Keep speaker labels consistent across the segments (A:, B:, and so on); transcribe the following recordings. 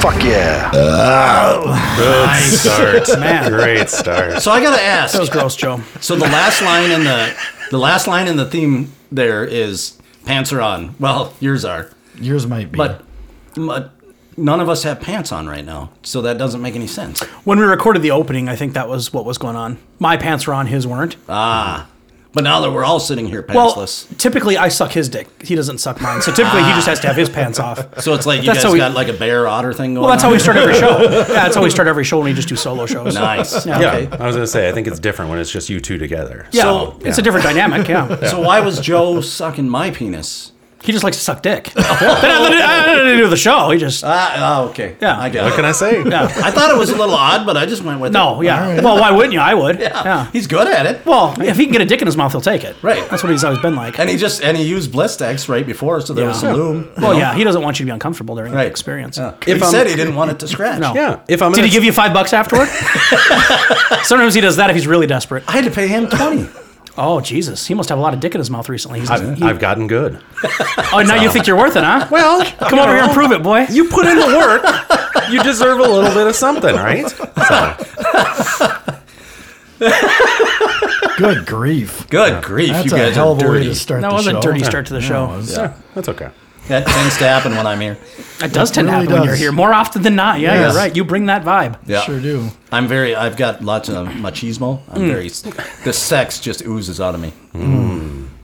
A: Fuck yeah.
B: Uh,
C: Good start.
D: Man.
C: Great start.
D: So I gotta ask.
E: That was gross, Joe.
D: So the last line in the the last line in the theme there is pants are on. Well, yours are,
E: Yours might be.
D: but, but none of us have pants on right now, so that doesn't make any sense.
E: when we recorded the opening, I think that was what was going on. My pants were on, his weren't.
D: But now that we're all sitting here
E: well,
D: pantsless,
E: typically I suck his dick. He doesn't suck mine. So typically he just has to have his pants off.
D: so it's like you
E: that's
D: guys
E: how we-
D: got like a bear otter thing going.
E: Well, that's
D: on.
E: how we start every show. Yeah, that's how we start every show when we just do solo shows.
D: Nice.
E: Yeah.
C: Yeah, I was gonna say I think it's different when it's just you two together.
E: Yeah,
D: So-
E: it's a different dynamic. Yeah.
D: So why was Joe sucking my penis?
E: He just likes to suck dick. I, didn't- I didn't do the show. He just
D: Ah, oh, okay.
E: Yeah.
D: I got
C: What
D: it.
C: can I say?
D: I thought it was a little odd, but I just went with
E: no.
D: it.
E: Yeah. Well, why wouldn't you? I would. Yeah.
D: He's good at it.
E: Well, if he can get a dick in his mouth, he'll take it.
D: Right.
E: That's what he's always been like.
D: And he just and he used Blistex right before, so there was
E: Yeah.
D: some loom.
E: well, yeah, he doesn't want you to be uncomfortable during
D: Right.
E: the experience.
D: If he
C: I'm-
D: said he didn't want it to scratch.
E: No.
C: Yeah. If I'm
E: Did
C: gonna,
E: he give you five bucks afterward? Sometimes he does that if he's really desperate.
D: I had to pay him twenty.
E: Oh Jesus, he must have a lot of dick in his mouth recently. He's
C: I've,
E: he-
C: I've gotten good.
E: oh, now you think you're worth it, huh? Well, come over here and prove it, boy.
C: You put in the work. you deserve a little bit of something, right?
B: Good grief.
D: Good grief,
B: That's
D: you
B: a
D: guys
B: hell
D: are
B: of a way
D: dirty.
B: to start
E: That
B: the
E: was
B: show.
E: a dirty start to the show.
B: It was.
C: Yeah, that's okay.
D: That tends to happen when I'm here.
E: That does tend to
B: really
E: happen when you're
B: does.
E: here more often than not. Yeah,
D: Yes.
E: you're right. You bring that vibe.
D: Yeah.
B: Sure do.
D: I'm very. I've got lots of machismo. I'm very. The sex just oozes out of me.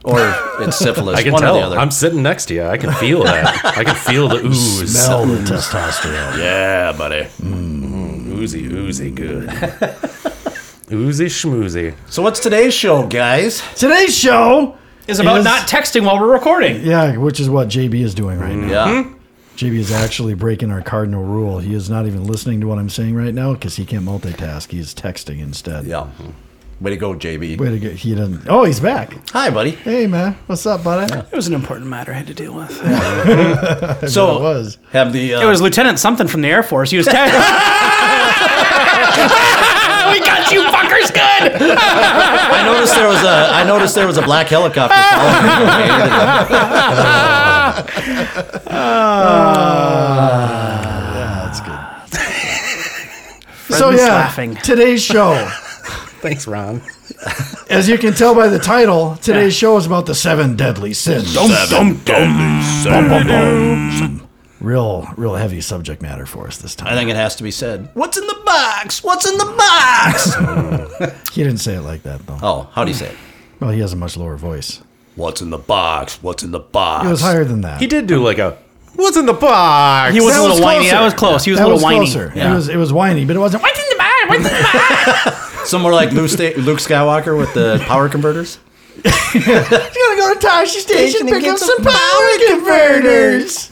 D: Or it's syphilis.
C: I can
D: one or the
C: tell.
D: other.
C: I'm sitting next to you. I can feel that. I can feel the ooze.
B: Smell the testosterone.
C: Yeah, buddy. Mm-hmm. Oozy, oozy, good. oozy schmoozy.
D: so what's today's show, guys?
B: Today's show.
E: Is about
B: Is-
E: not texting while we're recording.
B: Yeah, which is what JB is doing right now.
D: Yeah.
B: JB is actually breaking our cardinal rule. He is not even listening to what I'm saying right now because he can't multitask. He is texting instead.
D: Yeah. Way to go, JB.
B: Way to get. He doesn't. Oh, he's back.
D: Hi, buddy.
B: Hey, man. What's up, buddy?
E: It was an important matter I had to deal with.
D: so
B: it was.
D: have the. Uh,
E: It was Lieutenant something from the Air Force. He was texting. we got you fuckers good.
D: I noticed there was a. I noticed there was a black helicopter. following me. I hated that.
B: Uh, That's good. so yeah,
E: laughing.
B: today's show.
C: Thanks, Ron.
B: As you can tell by the title, today's show is about the seven deadly sins.
E: Dum, dum.
B: Real, real heavy subject matter for us this time.
D: I think it has to be said. What's in the box? What's in the box?
B: he didn't say it like that though.
D: oh, how do you say it?
B: Well, he has a much lower voice.
D: What's in the box? What's in the box?
B: It was higher than that.
C: He did do like a, what's in the box?
E: He was
B: That
E: a little
B: was
E: whiny.
B: closer.
E: That was close. He was
B: that
E: a little
B: was
E: whiny.
B: closer. It was, it was whiny, but it wasn't.
E: What's in the bag? What's in the bag?
D: Some more like Luke, Sta- Luke Skywalker with the power converters.
B: You gotta go to Tashi Station
D: and get some
B: power converters.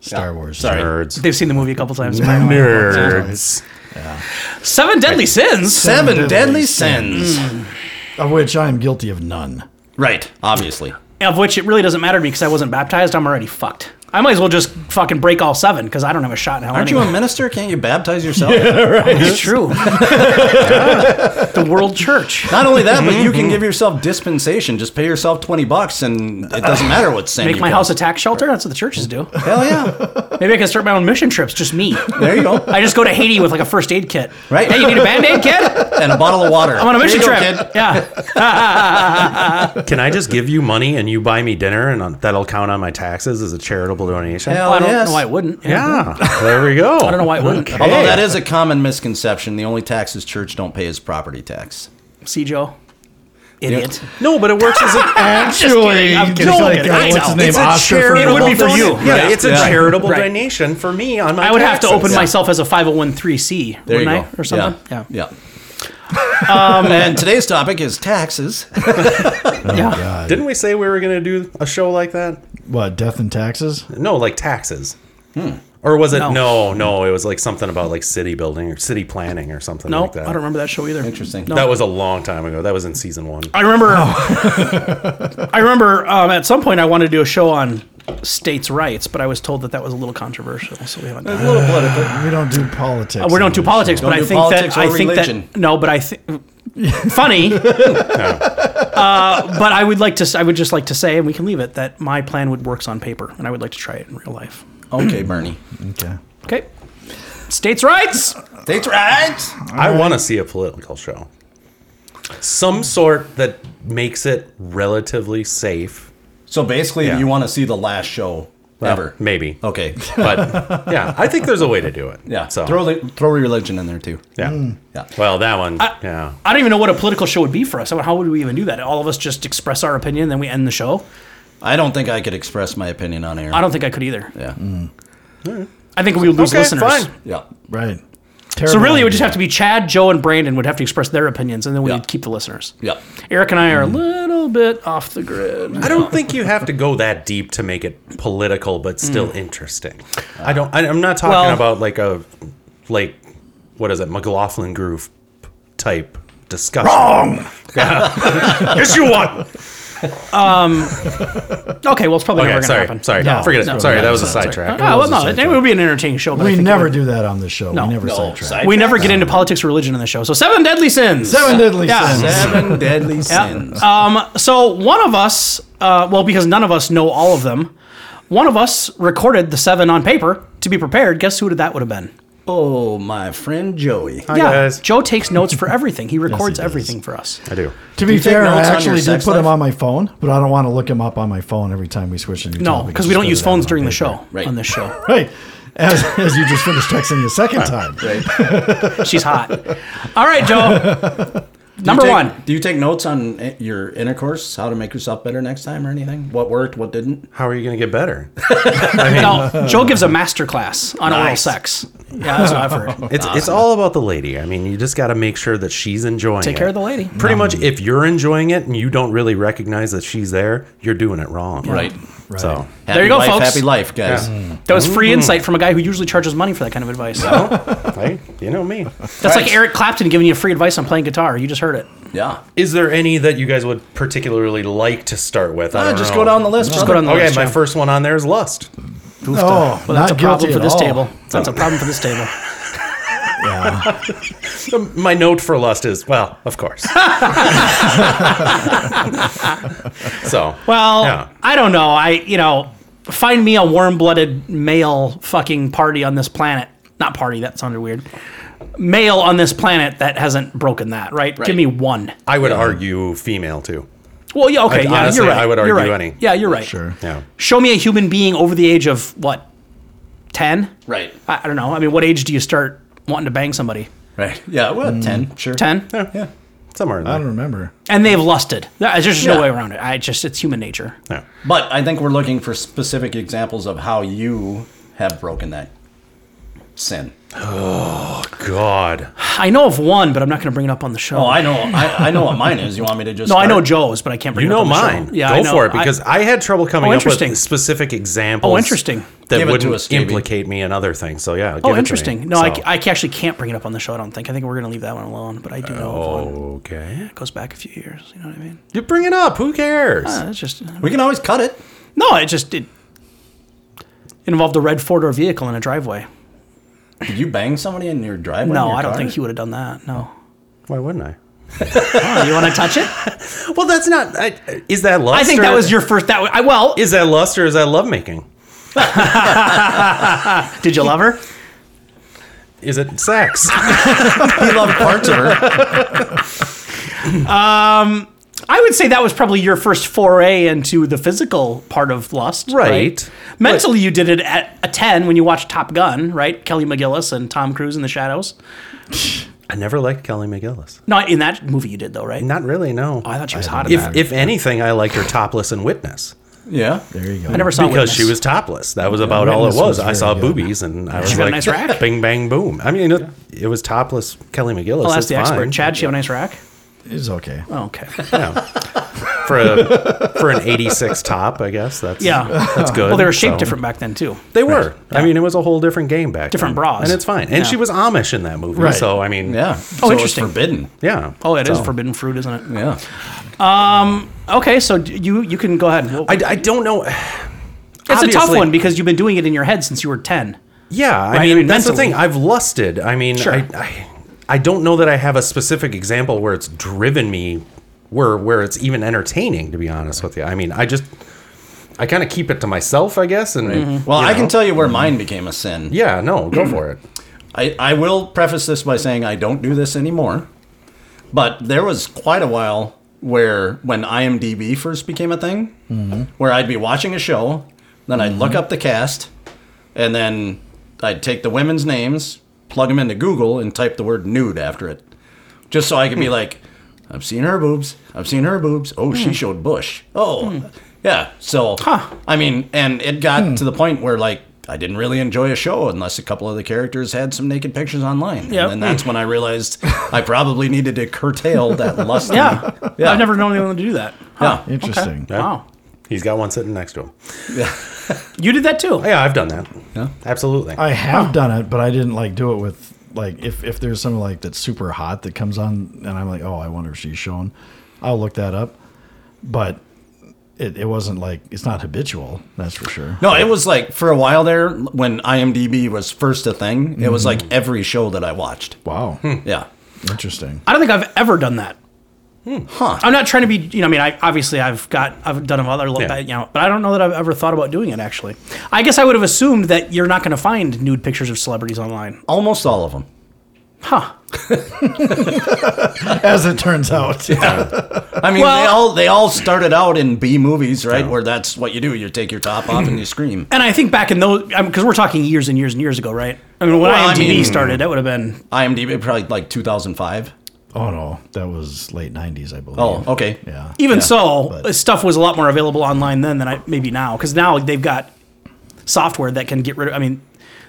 B: Star Wars.
D: Sorry.
C: nerds.
E: They've seen the movie a couple times.
C: Nerds.
E: Seven deadly Mm. sins.
D: Seven
B: Seven
D: deadly,
B: deadly
D: sins.
B: Of which I am guilty of none.
D: Right, obviously.
E: Of which it really doesn't matter to me because I wasn't baptized. I'm already fucked. I might as well just fucking break all seven because I don't have a shot in hell.
D: Aren't you a
E: anyway.
D: minister? Can't you baptize yourself?
E: It's true. The world church.
D: Not only that, but you
E: Mm-hmm.
D: can give yourself dispensation. Just pay yourself 20 bucks and it doesn't matter what sin
E: Uh, Make
D: you
E: my
D: put.
E: house a tax shelter. That's what the churches do.
D: Hell yeah.
E: Maybe I can start my own mission trips. Just me.
D: There you go.
E: I just go to Haiti with like a first aid kit.
D: Right.
E: Hey, you need a band aid, kid?
D: And a bottle of water.
E: I'm on a mission
D: There you
E: trip.
D: go, kid.
E: Yeah.
C: Can I just give you money and you buy me dinner and on- that'll count on my taxes as a charitable donation?
D: Hell
E: Well, I don't
D: yes.
E: know why it wouldn't.
C: Yeah, there we go. I
E: don't know why it wouldn't.
D: Although that is a common misconception. The only taxes church don't pay is property tax.
E: See, Joe. Idiot.
C: no, but it works as a.
B: Actually,
E: I'm
B: it's
E: kidding. I'm
B: like,
E: kidding.
B: uh,
E: I
B: what's
E: know.
B: his name?
C: It's a
B: Oscar.
C: charitable
E: It would be for you.
C: donation. Yeah,
E: Yeah.
C: it's a
D: Yeah.
C: charitable
E: Right.
C: donation for me on my.
E: I would have to
C: taxes.
E: open myself as a 501c3,
D: There
E: wouldn't
D: you
E: I?
D: go.
E: Or something? Yeah. Um,
D: Yeah. and today's topic is taxes.
E: Yeah.
C: Didn't we say we were going to do a show like that?
B: What, death and taxes?
C: No, like taxes. Or was it Hmm. no.
E: No.
C: no, It was like something about like city building or city planning or something
E: No,
C: like that.
E: I don't remember that show either.
D: Interesting.
E: No.
C: That was a long time ago. That was in season one.
E: I remember.
D: Oh.
E: I remember um, at some point I wanted to do a show on states' rights, but I was told that that was a little controversial, so we haven't. Done it.
D: A little political.
B: We don't do politics.
E: Uh, we don't do
B: on this
E: politics,
B: show.
E: but
D: Don't
E: I
D: do
E: think
D: politics
E: that I
D: or
E: think
D: religion.
E: that no, but I think funny. uh, but I would like to. s- I would just like to say, and we can leave it that my plan would works on paper, and I would like to try it in real life.
D: Okay, Bernie.
B: Okay.
E: Okay, states' rights.
D: That's right.
C: I want to see a political show. Some sort that makes it relatively safe.
D: So basically,
C: Yeah.
D: you want to see the last show
C: Well,
D: ever?
C: Maybe.
D: Okay.
C: But yeah, I think there's a way to do it.
D: Yeah.
C: So
D: Throw the, throw religion in there too.
C: yeah.
D: Yeah.
C: Well, that one. yeah.
E: I don't even know what a political show would be for us. I mean, How would we even do that? All of us just express our opinion, then we end the show.
D: I don't think I could express my opinion on air.
E: I don't think I could either.
D: yeah.
E: I think we would lose
C: Okay,
E: listeners.
C: fine.
D: Yeah.
B: Right.
E: So
B: Terrible
E: really, it would just
B: idea.
E: have to be Chad, Joe, and Brandon would have to express their opinions, and then we'd
D: Yeah.
E: keep the listeners.
D: Yeah.
E: Eric and I
C: Hmm.
E: are a little bit off the grid.
C: I don't think you have to go that deep to make it political, but still interesting. I don't. I, I'm not talking
E: Well-
C: about like a like what is it, McLaughlin Groove type discussion.
B: Oh,
C: Wrong. yes, you won.
E: Okay, well, it's probably
C: Okay,
E: never going to
C: sorry,
E: happen.
C: sorry.
B: No,
C: Forget it.
B: no,
C: sorry,
B: no,
C: that was a
B: no, sorry.
C: sidetrack.
E: Oh, well,
B: was a
E: no, it,
B: sidetrack.
E: it would be an entertaining show, but I
B: We
E: think it
B: never
E: would-
B: do that on this show.
E: No.
B: we never
E: No,
B: sidetrack.
E: We never get into politics or religion in the show. So seven deadly sins.
B: Seven deadly
E: Yeah.
B: sins.
D: Seven deadly sins.
E: Um, so one of us, uh, well, because none of us know all of them, one of us recorded the seven on paper to be prepared. Guess who that would have been?
D: Oh, my friend Joey.
E: yeah,
C: guys.
E: Joe takes notes for everything. He records
B: does.
E: everything for us.
C: I do.
B: To be
D: you take
B: fair, I
D: notes on your
B: actually did
D: sex
B: put them
D: life?
B: on my phone, but I don't want to look them up on my phone every time we switch a new
E: No,
B: topic.
E: because we
B: Just
E: don't
B: put
E: use
B: it down
E: phones
B: on
E: during the
B: paper.
E: show.
D: Right.
E: On this show,
B: Right. As, as you just finished texting the second time.
E: she's hot. All right, Joe. Number
D: Do you take-
E: one.
D: Do you take notes on i- your intercourse, how to make yourself better next time, or anything? What worked, what didn't?
C: How are you going to get better?
E: No, Joe gives a master class on oral
D: Nice.
E: sex. Yeah, that's what I've heard.
C: It's it's all about the lady. I mean, you just got to make sure that she's enjoying it.
E: Take care of the lady.
C: Pretty much, if you're enjoying it and you don't really recognize that she's there, you're doing it wrong.
D: Right.
C: So
E: There you go,
D: life,
E: folks.
D: Happy life, guys.
E: That was free insight from a guy who usually charges money for that kind of advice. That's
C: hey, you know me.
E: like Eric Clapton giving you free advice on playing guitar. You just heard it.
D: Yeah.
C: Is there any that you guys would particularly like to start with? I
D: Ah,
C: don't
D: just
C: know.
D: go down the list.
E: Uh, Just go
D: brother.
E: down the
C: Okay,
E: list,
C: my
E: Joe.
C: first one on there is lust.
B: Oh,
E: Well,
B: not
E: that's a
B: guilty
E: problem for
B: at
E: this
B: all.
E: table. That's a problem for this table.
B: Yeah.
C: My note for lust is well, of course. so
E: Well,
C: yeah.
E: I don't know. I, you know, find me a warm blooded male fucking party on this planet. Not party, that sounded weird. Male on this planet that hasn't broken that, right? Give me one.
C: I would argue female too.
E: Well, yeah, okay.
C: I'd-
E: yeah,
C: honestly,
E: you're right.
C: I would
E: You're
C: argue
E: right.
C: any.
E: Yeah, you're right.
B: Sure.
C: Yeah.
E: Show me a human being over the age of what? 10?
D: Right.
E: I, I don't know. I mean, what age do you start wanting to bang somebody?
D: Right. Yeah. Well, ten. Sure.
E: 10?
D: Yeah.
C: Somewhere in
B: I don't
C: there.
B: remember.
E: And they've lusted. There's just
D: Yeah.
E: no way around it. I just, it's human nature.
C: Yeah.
D: But I think we're looking for specific examples of how you have broken that sin.
C: God.
E: I know of one, but I'm not going to bring it up on the show.
D: Oh, I know. I, I know what mine is. You want me to just?
E: no, I know
D: start?
E: Joe's, but I can't bring
C: You
E: it up
C: know
E: on the show.
C: mine.
E: Yeah,
C: Go
E: I know.
C: for it
E: I-
C: because I, had trouble coming
E: Oh,
C: up
E: interesting.
C: with specific examples.
E: Oh, interesting.
C: That
D: Give it to
C: wouldn't
D: us, JB.
C: implicate me in other things. So yeah. give it to
E: Oh,
C: me.
E: interesting. No, I,
C: So-
E: I actually can't bring it up on the show. I don't think. I think we're gonna leave that one alone. But I do know of
C: Oh.
E: one.
C: Okay.
E: It goes back a few years. You know what I mean?
C: You bring it up. Who cares?
E: Uh, it's just
D: We can always cut it.
E: no. It just it, it involved a red four door vehicle in a driveway.
D: Did you bang somebody in your driveway? in
E: No,
D: your
E: I don't
D: car?
E: think he would have done that. No.
C: Why wouldn't I?
E: Oh, you want to touch it?
C: Well, that's not. I, is that lust?
E: I think that
C: or-
E: was your first. That wa- I, well,
C: Is that lust or is that love making?
E: did you love her?
C: Is it sex?
D: He loved parts of her.
E: I would say that was probably your first foray into the physical part of lust. Right.
C: Right.
E: Mentally, you did it at a 10 when you watched Top Gun, right? Kelly McGillis and Tom Cruise in the shadows.
C: I never liked Kelly McGillis.
E: Not in that movie you did, though, right? Oh,
C: Not really. No.
E: I thought she was hot in
C: if
E: that.
C: if anything, I liked her topless in Witness
D: Yeah.
B: There you go.
E: I never saw
C: because
E: Witness.
C: she was topless. That was about all it
B: Witness
C: was.
B: was
C: I
B: very
C: saw
B: good.
C: boobies and I was
E: got a
C: like,
E: nice rack.
C: bing bang boom. I mean, it, it was topless Kelly McGillis.
E: I'll
C: That's
E: ask Oh, the
C: fine.
E: expert. Chad, she have a nice rack?
B: It's okay.
E: Oh, Okay.
C: Yeah. for a for an '86 top. I guess that's
E: Yeah.
C: that's good.
E: Well, they were shaped
C: So-
E: different back then too.
C: They were. I mean, it was a whole different game back.
E: Different
C: then.
E: bras.
C: and it's fine. And
E: Yeah.
C: she was Amish in that movie,
B: Right.
C: so I mean,
D: Yeah.
E: Oh,
D: it's
E: interesting.
D: forbidden.
C: yeah.
E: Oh, it is
C: So-
E: forbidden fruit, isn't it?
D: Yeah.
E: Okay, so d- you you can go ahead.
C: I, I don't know.
E: it's a tough
C: obviously-
E: one because you've been doing it in your head since you were ten.
C: Yeah, I
E: Right, I
C: mean,
E: mean,
C: that's the
E: mentally.
C: thing. I've lusted. I mean,
E: Sure.
C: I, I I don't know that I have a specific example where it's driven me where where it's even entertaining. To be honest with you, I mean, I just I kind of keep it to myself, I guess. And
D: Well,
C: you
D: I can
C: know.
D: tell you
E: Mm.
D: where mine became a sin.
C: Yeah, no, go for it.
D: I, I will preface this by saying I don't do this anymore. But there was quite a while where, when IMDb first became a thing, where I'd be watching a show, then I'd look up the cast, and then I'd take the women's names, plug them into Google, and type the word nude after it. Just so I could be like, I've seen her boobs. I've seen her boobs. Oh, she showed bush. Oh, yeah. So, I mean, and it got to the point where, like, I didn't really enjoy a show unless a couple of the characters had some naked pictures online.
E: Yep.
D: And then that's when I realized I probably needed to curtail that lust.
E: Yeah.
D: Yeah.
E: I've never known anyone to do that.
D: Yeah.
B: Interesting.
E: Wow.
C: He's got one sitting next to him.
E: You did that too.
C: Yeah, I've done that. Yeah, absolutely.
B: I have done it, but I didn't like do it with like if if there's something like that's super hot that comes on, and I'm like, oh, I wonder if she's shown. I'll look that up, but it, it wasn't like it's not habitual. That's for sure.
D: No, it was like for a while there when IMDb was first a thing, it was
E: Mm-hmm.
D: like every show that I watched.
B: Wow,
D: Yeah.
B: interesting.
E: I don't think I've ever done that.
D: Huh.
E: I'm not trying to be, you know, I mean, I obviously I've got, I've done other, little
C: Yeah.
E: you know, but I don't know that I've ever thought about doing it actually. I guess I would have assumed that you're not going to find nude pictures of celebrities online.
D: Almost all of them.
E: Huh.
B: As it turns out,
D: I mean, they
E: Well-
D: all they all started out in B movies, right? Where that's what you do. You take your top off and you scream.
E: And I think back in those, because we're talking years and years and years ago, right? I mean, when
D: Well, I
E: IMDb
D: mean-
E: started, that would have been,
D: IMDb probably like 2005.
B: oh no, that was late '90s, I believe.
D: Oh, okay.
B: yeah.
E: even so,
B: but-
E: stuff was a lot more available online then than I, maybe now, because now they've got software that can get rid of, I mean,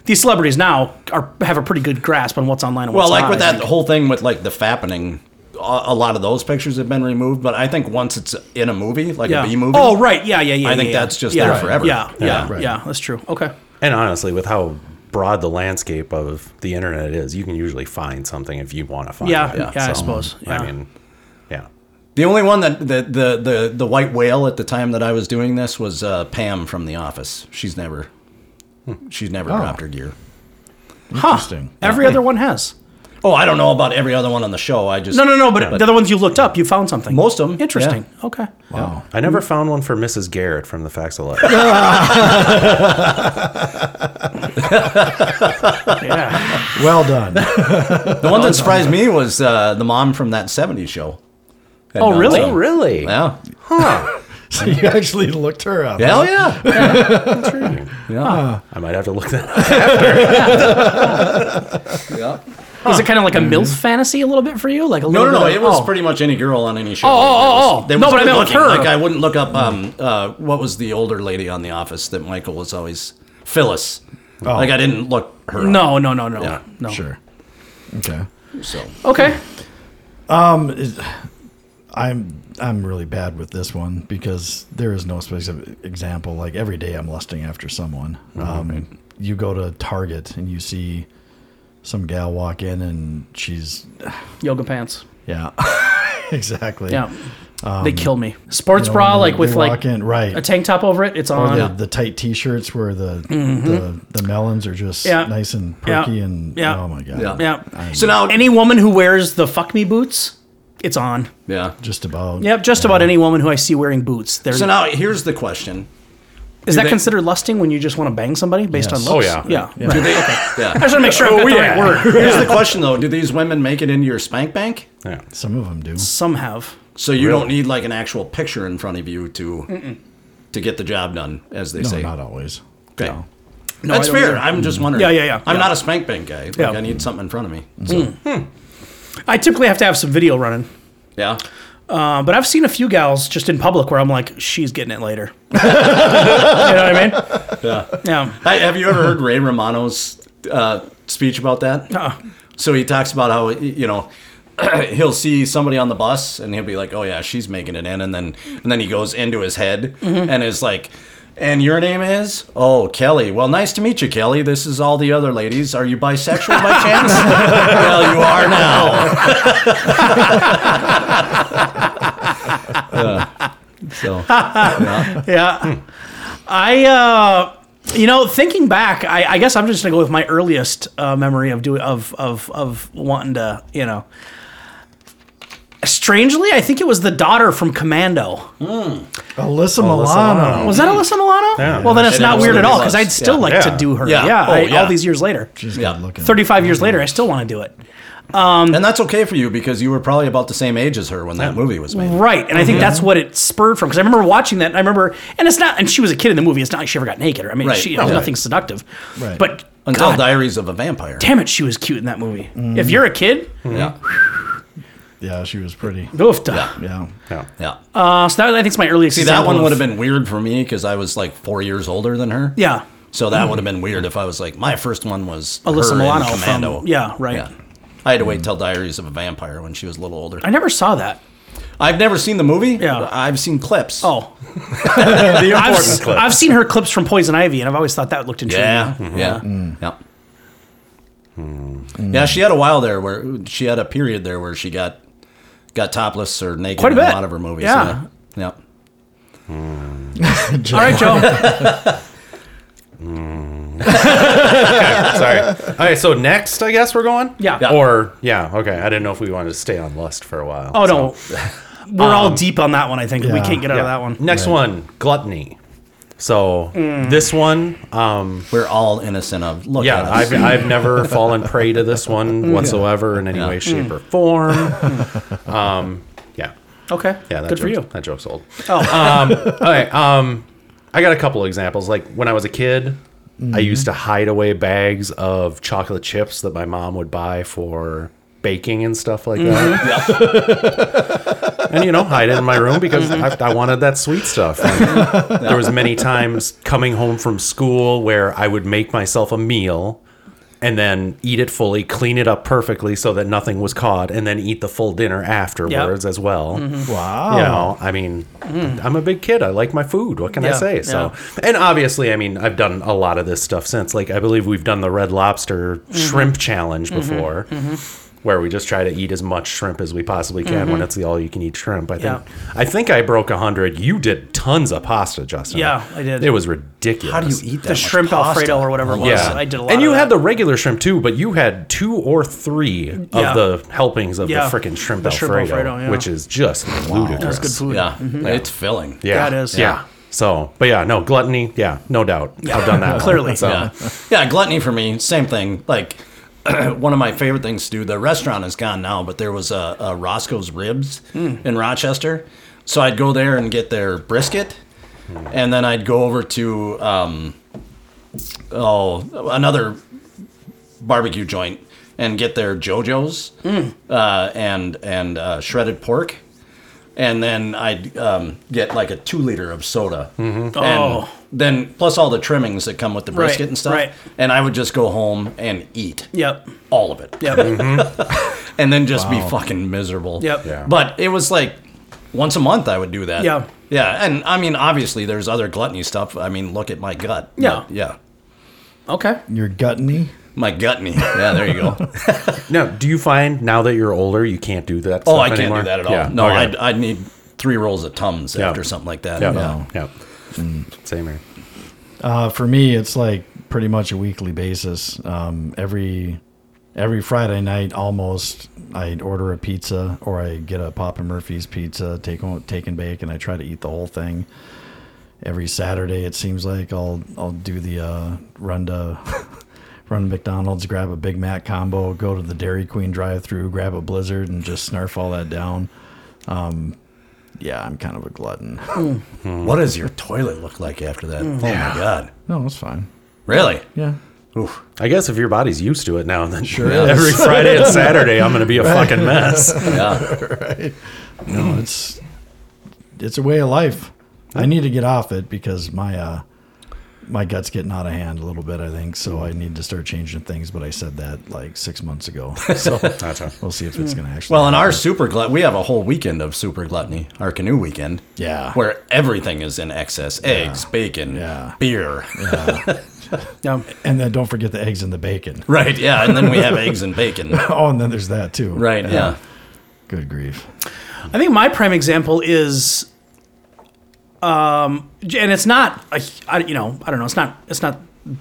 E: these celebrities now are have a pretty good grasp on what's online and
D: Well,
E: what's
D: like
E: not,
D: with
E: I
D: that
E: think.
D: whole thing with like the fappening, a a lot of those pictures have been removed. But I think once it's in a movie, like
E: yeah.
D: a B movie,
E: Oh, right. Yeah, yeah, yeah.
D: I think
E: yeah, yeah.
D: that's just
E: yeah.
D: there forever.
E: Yeah, yeah, yeah,
B: Right.
E: That's true. Okay.
C: and honestly, with how broad the landscape of the internet is, you can usually find something if you want to find
E: Yeah,
C: it.
E: yeah, I suppose, yeah.
C: I mean, yeah.
D: the only one that the, the the the white whale at the time that I was doing this was uh, Pam from The Office. She's never, she's never
E: Oh.
D: dropped her gear.
B: Interesting.
E: Huh. Every other one has.
D: Oh, I don't know about every other one on the show. I just
E: No, no, no. But, the other ones you looked up, you found something.
D: Most of 'em,
E: Interesting. Okay.
B: Wow.
C: I never found one for Mrs. Garrett from the Facts of Life.
E: Yeah.
B: Well done.
D: The one that surprised me was uh, the mom from that '70s show. Had
E: Oh,
D: done
E: really?
D: some.
C: really?
D: Yeah.
B: so you actually looked her up.
D: Hell yeah.
C: Intriguing.
E: Ah.
C: I might have to look that up.
D: yeah.
E: Was it kind of like a
B: Mm-hmm.
E: MILF fantasy a little bit for you? Like a
D: No,
E: little
D: no, no.
E: bit of-
D: It was
E: oh.
D: pretty much any girl on any show.
E: Oh, oh,
D: It
E: oh,
D: they
E: oh.
D: was
E: No, but I
D: good
E: meant with
D: looking.
E: her.
D: Like I wouldn't look up um uh what was the older lady on The Office that Michael was always Phyllis. Like I didn't look her. up,
E: Oh. No, no, no, no,
D: Yeah,
E: no.
B: Sure. Okay.
D: so
E: Okay.
B: is- I'm I'm really bad with this one because there is no specific example. Like every day, I'm lusting after someone.
E: Oh,
B: Um, you go to Target and you see some gal walk in, and she's
E: Yoga pants.
B: yeah, exactly.
E: Yeah. they kill me. Sports
B: Um, You know, when
E: bra,
B: Oh, they-
E: like with
B: they
E: like
B: walk in, right.
E: a tank top over it. It's
B: Or
E: on.
B: the, the tight T-shirts where the, the the melons are just
E: Mm-hmm. Yeah.
B: nice and perky
E: Yeah.
B: and
E: Yeah.
B: oh my god,
D: yeah.
E: Yeah.
D: So now
E: Any woman who wears the fuck me boots, it's on.
D: yeah.
B: just about
E: Yep. Just about any woman who I see wearing boots. They're,
D: So now here's the question.
E: is that
D: they-
E: considered lusting when you just want to bang somebody based
B: Yes.
E: on looks?
C: Oh, yeah.
E: Yeah.
B: Yeah.
E: Right.
D: Do they-
E: I
D: Oh, yeah.
E: just want to make sure I've got the right word.
D: Here's the question though. Do these women make it into your spank bank?
C: Yeah.
B: Some of them do.
E: Some have.
D: So you don't need like an actual picture in front of you to to get the job done, as they
B: No,
D: say.
B: not always.
D: Okay.
B: No.
D: That's
E: I don't
D: fair.
E: either.
D: I'm just wondering.
E: Yeah, yeah, yeah.
D: I'm
E: Yeah.
D: not a spank bank guy. Like,
E: Yeah.
D: I need something in front of me.
E: I typically have to have some video running.
D: Yeah.
E: Um, but I've seen a few gals just in public where I'm like, she's getting it later. you know what I mean? Yeah. Yeah.
D: I, have you ever heard Ray Romano's uh, speech about that?
E: Uh-uh.
D: So he talks about how, you know, he'll see somebody on the bus and he'll be like, "Oh yeah, she's making it in," and then and then he goes into his head and is like, "And your name is? Oh, Kelly. Well, nice to meet you, Kelly. This is all the other ladies. Are you bisexual by chance? well, you are now." Uh, so
E: Yeah. I, uh, you know, thinking back, I, I guess I'm just gonna go with my earliest uh, memory of doing of of of wanting to, you know. Strangely, I think it was the daughter from Commando.
B: Alyssa
C: Milano.
B: Milano.
E: Was that Alyssa Milano?
C: Yeah.
E: Well, then it's
D: It
E: not weird
D: absolutely
E: at all because
D: was.
E: I'd still
D: Yeah.
E: like
C: Yeah.
E: to do her.
D: Yeah.
E: Yeah.
D: Oh,
E: I-
D: yeah.
E: All these years later,
B: She's
D: Yeah.
B: good looking.
E: 35 years later, I still want to do it.
D: and that's okay for you because you were probably about the same age as her when that movie was made.
E: Right. And I
D: Mm-hmm.
E: think that's what it spurred from. Because I remember watching that. And I remember, and it's not, and she was a kid in the movie. It's not like she ever got naked. Or, I mean,
D: Right.
E: she
D: No.
E: there's nothing seductive.
B: Right.
E: But
D: Until Mm-hmm.
E: God
D: Diaries of a Vampire.
E: damn it, she was cute in that movie. If you're a kid,
D: Yeah.
B: Yeah, she was pretty.
D: Mm-hmm.
E: oof. duh.
B: Yeah.
D: Yeah.
E: Uh, so that, I think it's my earliest.
D: See, that
E: example
D: one
E: of-
D: would have been weird for me because I was like four years older than her.
E: Yeah. Mm-hmm.
D: So that would have been weird if I was like, my first one was
E: Alyssa
D: her in
E: Milano from-
D: Commando.
E: yeah, right. Mm.
D: I had to wait till Diaries of a Vampire when she was a little older.
E: I never saw that.
D: I've never seen the movie.
E: Yeah.
D: but I've seen clips.
E: Oh,
C: The
E: I've,
C: important
E: s-
C: clip.
E: I've seen her clips from Poison Ivy, and I've always thought that looked intriguing.
D: yeah, yeah, yeah. Yeah, she had a while there where she had a period there where she got got topless or naked
E: Quite a
D: in a
E: bit.
D: lot of her movies.
E: Yeah.
D: yeah.
E: All right, Joe.
C: Sorry. All right. So next, I guess we're going.
E: Yeah. Yeah.
C: Or yeah. Okay. I didn't know if we wanted to stay on lust for a while.
E: Oh no, we're
D: um,
E: all deep on that one. I think we
B: yeah.
E: can't get out
C: Yeah.
E: of that one. Mm.
C: Next one, gluttony. So this one, um,
D: We're all innocent of look at
C: yeah,
D: us.
C: I've, I've never fallen prey to this one whatsoever in any
D: Yeah.
C: way, shape,
E: Mm.
C: or form. um, yeah,
E: Okay.
C: yeah, that
E: Good for
C: joke's-
E: you.
C: That joke's old.
E: Oh,
C: All right. Um, I got a couple of examples. Like when I was a kid,
E: Mm-hmm.
C: I used to hide away bags of chocolate chips that my mom would buy for baking and stuff like that.
E: Mm-hmm.
C: and you know, hide it in my room because I, I wanted that sweet stuff. And there was many times coming home from school where I would make myself a meal. And then eat it fully, clean it up perfectly so that nothing was caught, and then eat the full dinner afterwards as well
E: Mm-hmm.
B: Wow.
D: Oh.
C: you know i mean i'm a big kid i like my food what can i
E: Hmm. Yeah,
C: say so and obviously i mean i've done a lot of this stuff since like i believe we've done the red lobster
E: Mm-hmm.
C: shrimp challenge before where we just try to eat as much shrimp as we possibly can when it's the all you can eat shrimp i
E: Mm-hmm. Yeah.
C: think i think i broke 100 you did tons of pasta justin
E: Yeah, I did.
C: it was ridiculous
D: How do you eat that?
E: the
D: much
E: shrimp
D: pasta?
E: Alfredo or whatever it was.
C: yeah,
E: I did a lot.
C: and you
E: of
C: had
E: that.
C: the regular shrimp too, but you had two or three of
E: Yeah.
C: the helpings of
E: Yeah.
C: the freaking shrimp
E: The shrimp
C: Alfredo,
E: Alfredo, yeah.
C: which is just ludicrous.
E: That was good food.
D: Yeah, it's filling.
C: Yeah,
E: That is-
C: Yeah. So, but yeah, no gluttony. Yeah, no doubt. I've done that one.
E: Clearly.
C: So,
D: Yeah. yeah, gluttony for me, same thing. Like one of my favorite things to do. The restaurant is gone now, but there was a, a Roscoe's Ribs in Rochester, so I'd go there and get their brisket, and then I'd go over to um, oh another barbecue joint and get their JoJo's uh, and and uh, shredded pork. And then I'd um, get like a two liter of soda,
E: Oh.
D: and then plus all the trimmings that come with the brisket
E: Right,
D: and stuff.
E: right.
D: And I would just go home and eat
E: Yep.
D: all of it, Mm-hmm.
E: Yep.
D: and then just be fucking miserable.
E: Yep. Yeah.
D: But it was like once a month I would do that.
E: Yeah.
D: Yeah, and I mean obviously there's other gluttony stuff. I mean look at my gut.
E: Yeah.
D: But, yeah.
E: okay.
B: You're gutting
D: My gutney. Yeah, there you go.
C: now, do you find now that you're older, you can't do that?
D: Oh,
C: stuff
D: I can't
C: anymore?
D: do that at all.
C: Yeah.
D: No,
C: okay.
D: I'd, I'd need three rolls of Tums
C: Yeah.
D: after something like that.
C: Yeah.
D: Yeah.
C: Yeah.
D: Mm.
C: Same here.
B: Uh, for me, it's like pretty much a weekly basis. Um, every every Friday night, almost, I order a pizza or I get a Papa Murphy's pizza, take home, take and bake, and I try to eat the whole thing. Every Saturday, it seems like I'll I'll do the uh, run to run to McDonald's, grab a Big Mac combo, go to the Dairy Queen drive-through, grab a Blizzard, and just snarf all that down. Um, yeah, I'm kind of a glutton.
C: Mm.
D: What does your toilet look like after that?
E: Mm.
D: Oh my god.
B: no, it's fine.
D: Really?
B: Yeah.
C: I guess if your body's used to it now, then sure
B: is.
C: every Friday and Saturday, I'm going to be a fucking mess.
D: Yeah. Hmm.
B: No, it's it's a way of life. I need to get off it because my uh my gut's getting out of hand a little bit, I think.
D: Hmm.
B: So I need to start changing things. But I said that like six months ago. So we'll see if it's going to actually.
D: Well, in
B: happen.
D: our super glut, we have a whole weekend of super gluttony, our canoe weekend.
B: Yeah.
D: Where everything is in excess eggs, bacon,
B: Yeah.
D: beer.
E: Yeah.
B: and then don't forget the eggs and the bacon.
D: right. Yeah. And then we have eggs and bacon.
B: Oh, and then there's that too.
D: Right. Yeah.
B: Good grief.
E: I think my prime example is, um, and it's not a, I, you know, I don't know, it's not, it's not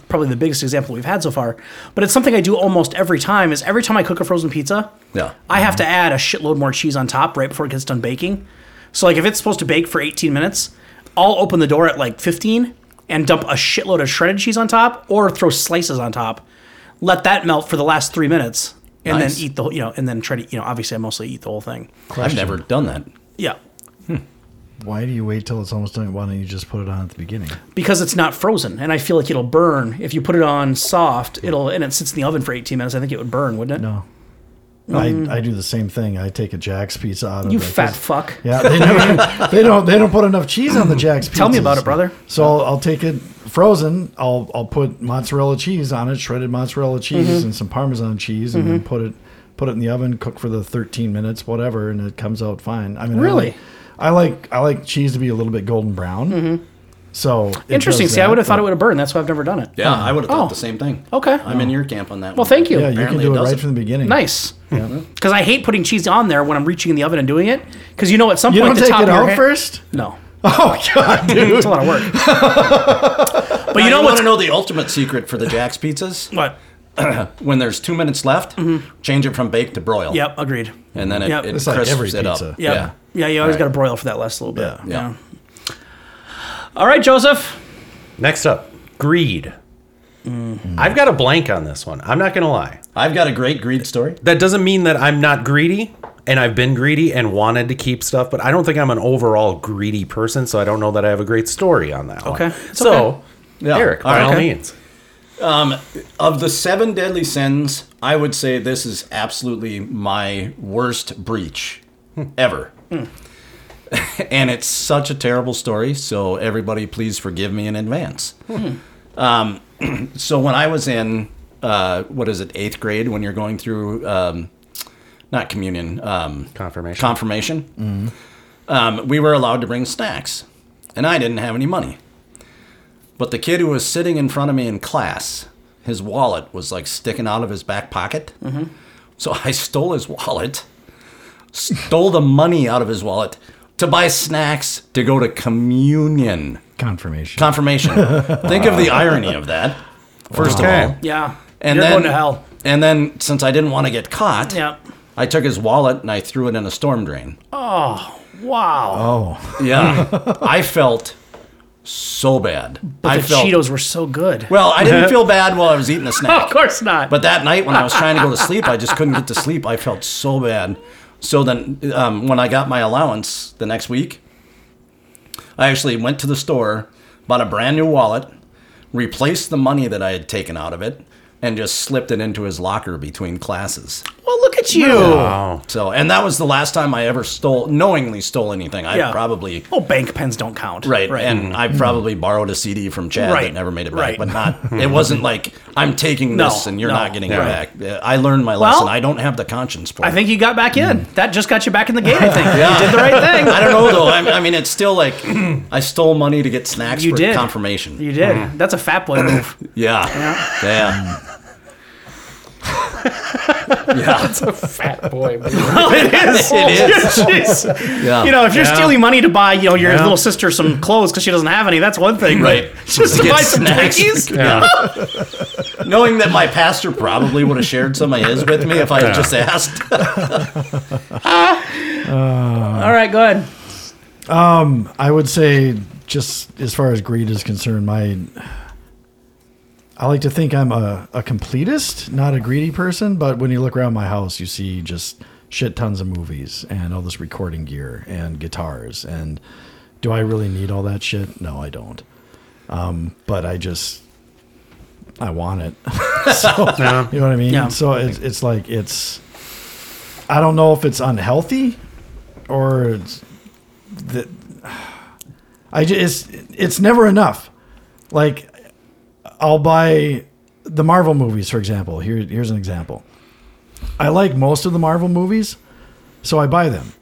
E: probably the biggest example we've had so far, but it's something I do almost every time. Is every time I cook a frozen pizza,
D: Yeah.
E: I have to add a shitload more cheese on top right before it gets done baking. So like if it's supposed to bake for 18 minutes, I'll open the door at like 15 and dump a shitload of shredded cheese on top or throw slices on top. Let that melt for the last 3 minutes and
D: Nice.
E: then eat the whole- you know and then try to you know obviously I mostly eat the whole thing.
D: I've never done that.
E: Yeah.
B: Why do you wait till it's almost done? Why don't you just put it on at the beginning?
E: Because it's not frozen and I feel like it'll burn if you put it on soft, it'll and it sits in the oven for 18 minutes. I think it would burn, wouldn't it?
B: No. I, I do the same thing. I take a Jack's pizza out of
E: Mm. You
B: the-
E: fat fuck.
B: Yeah, they, never, they don't. They don't put enough cheese on the Jack's.
E: Tell me
B: pizzas.
E: about it, brother.
B: So I'll, I'll take it frozen. I'll I'll put mozzarella cheese on it, shredded mozzarella cheese,
E: Mm-hmm.
B: and some Parmesan cheese, and then put it put it in the oven, cook for the 13 minutes, whatever, and it comes out fine. I mean, I
E: Really?
B: like- I like I like cheese to be a little bit golden brown. So it
E: Mm-hmm. Interesting.
B: does
E: See, I
B: that,
E: would have thought
B: but-
E: it would have burned. That's why I've never done it.
D: Yeah. I would have thought
E: Oh.
D: the same thing.
E: Okay.
D: I'm in your camp on that
E: Well, thank you.
B: Yeah, you can
D: Apparently
B: do
D: it
B: it right
D: doesn't.
B: from the beginning.
E: Nice. Because I hate putting cheese on there when I'm reaching in the oven and doing it. Because you know at some
B: You
E: point
B: don't
E: the
B: take
E: top
B: it
E: of your
B: out
E: hand-
B: first.
E: No,
B: Oh God, dude.
E: it's a lot of work. but you
D: You
E: know
D: want
E: what's
D: to know the ultimate secret for the Jack's pizzas?
E: what?
D: When there's two minutes left, change it from baked to broil.
E: Yep, agreed.
D: And then it,
E: Yep.
D: it
E: It's
D: crisps
B: like every
D: it up.
B: pizza.
E: Yep.
D: Yeah.
E: Yeah, yeah. You always
D: Right.
E: got to broil for that last little bit.
B: Yeah.
D: Yeah.
E: All right, Joseph.
C: Next up, greed.
D: Mm-hmm.
C: I've got a blank on this one. I'm not gonna lie.
D: I've got a great greed story.
C: That doesn't mean that I'm not greedy, and I've been greedy and wanted to keep stuff, but I don't think I'm an overall greedy person, so I don't know that I have a great story on that. one.
E: Okay. It's
C: so
E: okay.
D: Yeah.
C: Eric,
D: All
C: by all
D: right.
C: means,
D: Of the seven deadly sins, I would say this is absolutely my worst breach ever. and it's such a terrible story, so everybody please forgive me in advance. Um, so when I was in, uh, what is it, eighth grade, when you're going through, um, not communion, um,
C: confirmation.
D: confirmation, um, we were allowed to bring snacks, and I didn't have any money. But the kid who was sitting in front of me in class, his wallet was like sticking out of his back pocket.
E: Mm-hmm.
D: So I stole his wallet, stole the money out of his wallet to buy snacks to go to communion
B: Confirmation.
D: confirmation. Think of the irony of that. First
C: Okay.
D: of all,
E: Yeah.
D: and
E: You're
D: then
E: going to hell.
D: And then since I didn't want to get caught,
E: Yeah.
D: I took his wallet and I threw it in a storm drain.
E: Wow.
B: oh,
D: Yeah. I felt so bad.
E: but
D: I
E: the
D: felt,
E: Cheetos were so good.
D: Well, I didn't feel bad while I was eating the snack.
E: of course not.
D: But that night when I was trying to go to sleep, I just couldn't get to sleep. I felt so bad. So then um, when I got my allowance the next week, I actually went to the store, bought a brand new wallet, replaced the money that I had taken out of it, and just slipped it into his locker between classes.
E: well, look at you.
C: Wow.
D: So, and that was the last time I ever stole, knowingly stole anything. I
E: Yeah.
D: probably
E: Oh, bank pens don't count.
D: Right. And I probably borrowed a CD from Chad
E: Mm-hmm. Right,
D: that never made it back,
E: right.
D: but not, it wasn't like, I'm taking
E: No,
D: this and you're
E: no,
D: not getting
C: right.
D: it back. Uh, I learned my
E: Well,
D: lesson. I don't have the conscience for it.
E: I think you got back in. That just got you back in the game. I think
D: Mm. Yeah.
E: you did the right thing.
D: I don't know though. I, I mean, it's still like, I stole money to get snacks
E: You
D: for
E: did.
D: confirmation.
E: You did.
D: Mm.
E: That's a fat boy move.
D: yeah. Yeah. Yeah. yeah.
C: Fat boy.
E: it is.
D: It is. Oh,
E: Jeez.
D: Yeah.
E: You know, if you're stealing money to buy, you know, your little sister some clothes because she doesn't have any, that's one thing.
D: Right.
E: but Just to
D: Get
E: buy some
D: snacks.
E: Twinkies?
C: Yeah.
D: Knowing that my pastor probably would have shared some of his with me if I had just asked.
E: All right, go ahead.
B: I would say just as far as greed is concerned, my I like to think I'm a, a completist, not a greedy person. But when you look around my house, you see just shit tons of movies and all this recording gear and guitars. And do I really need all that shit? No, I don't. Um, but I just I want it. so, You know what I mean?
E: Yeah.
B: So it's, it's like it's. I don't know if it's unhealthy or it's I just it's, it's never enough. Like I'll buy the Marvel movies, for example. Here, here's an example. I like most of the Marvel movies, so I buy them.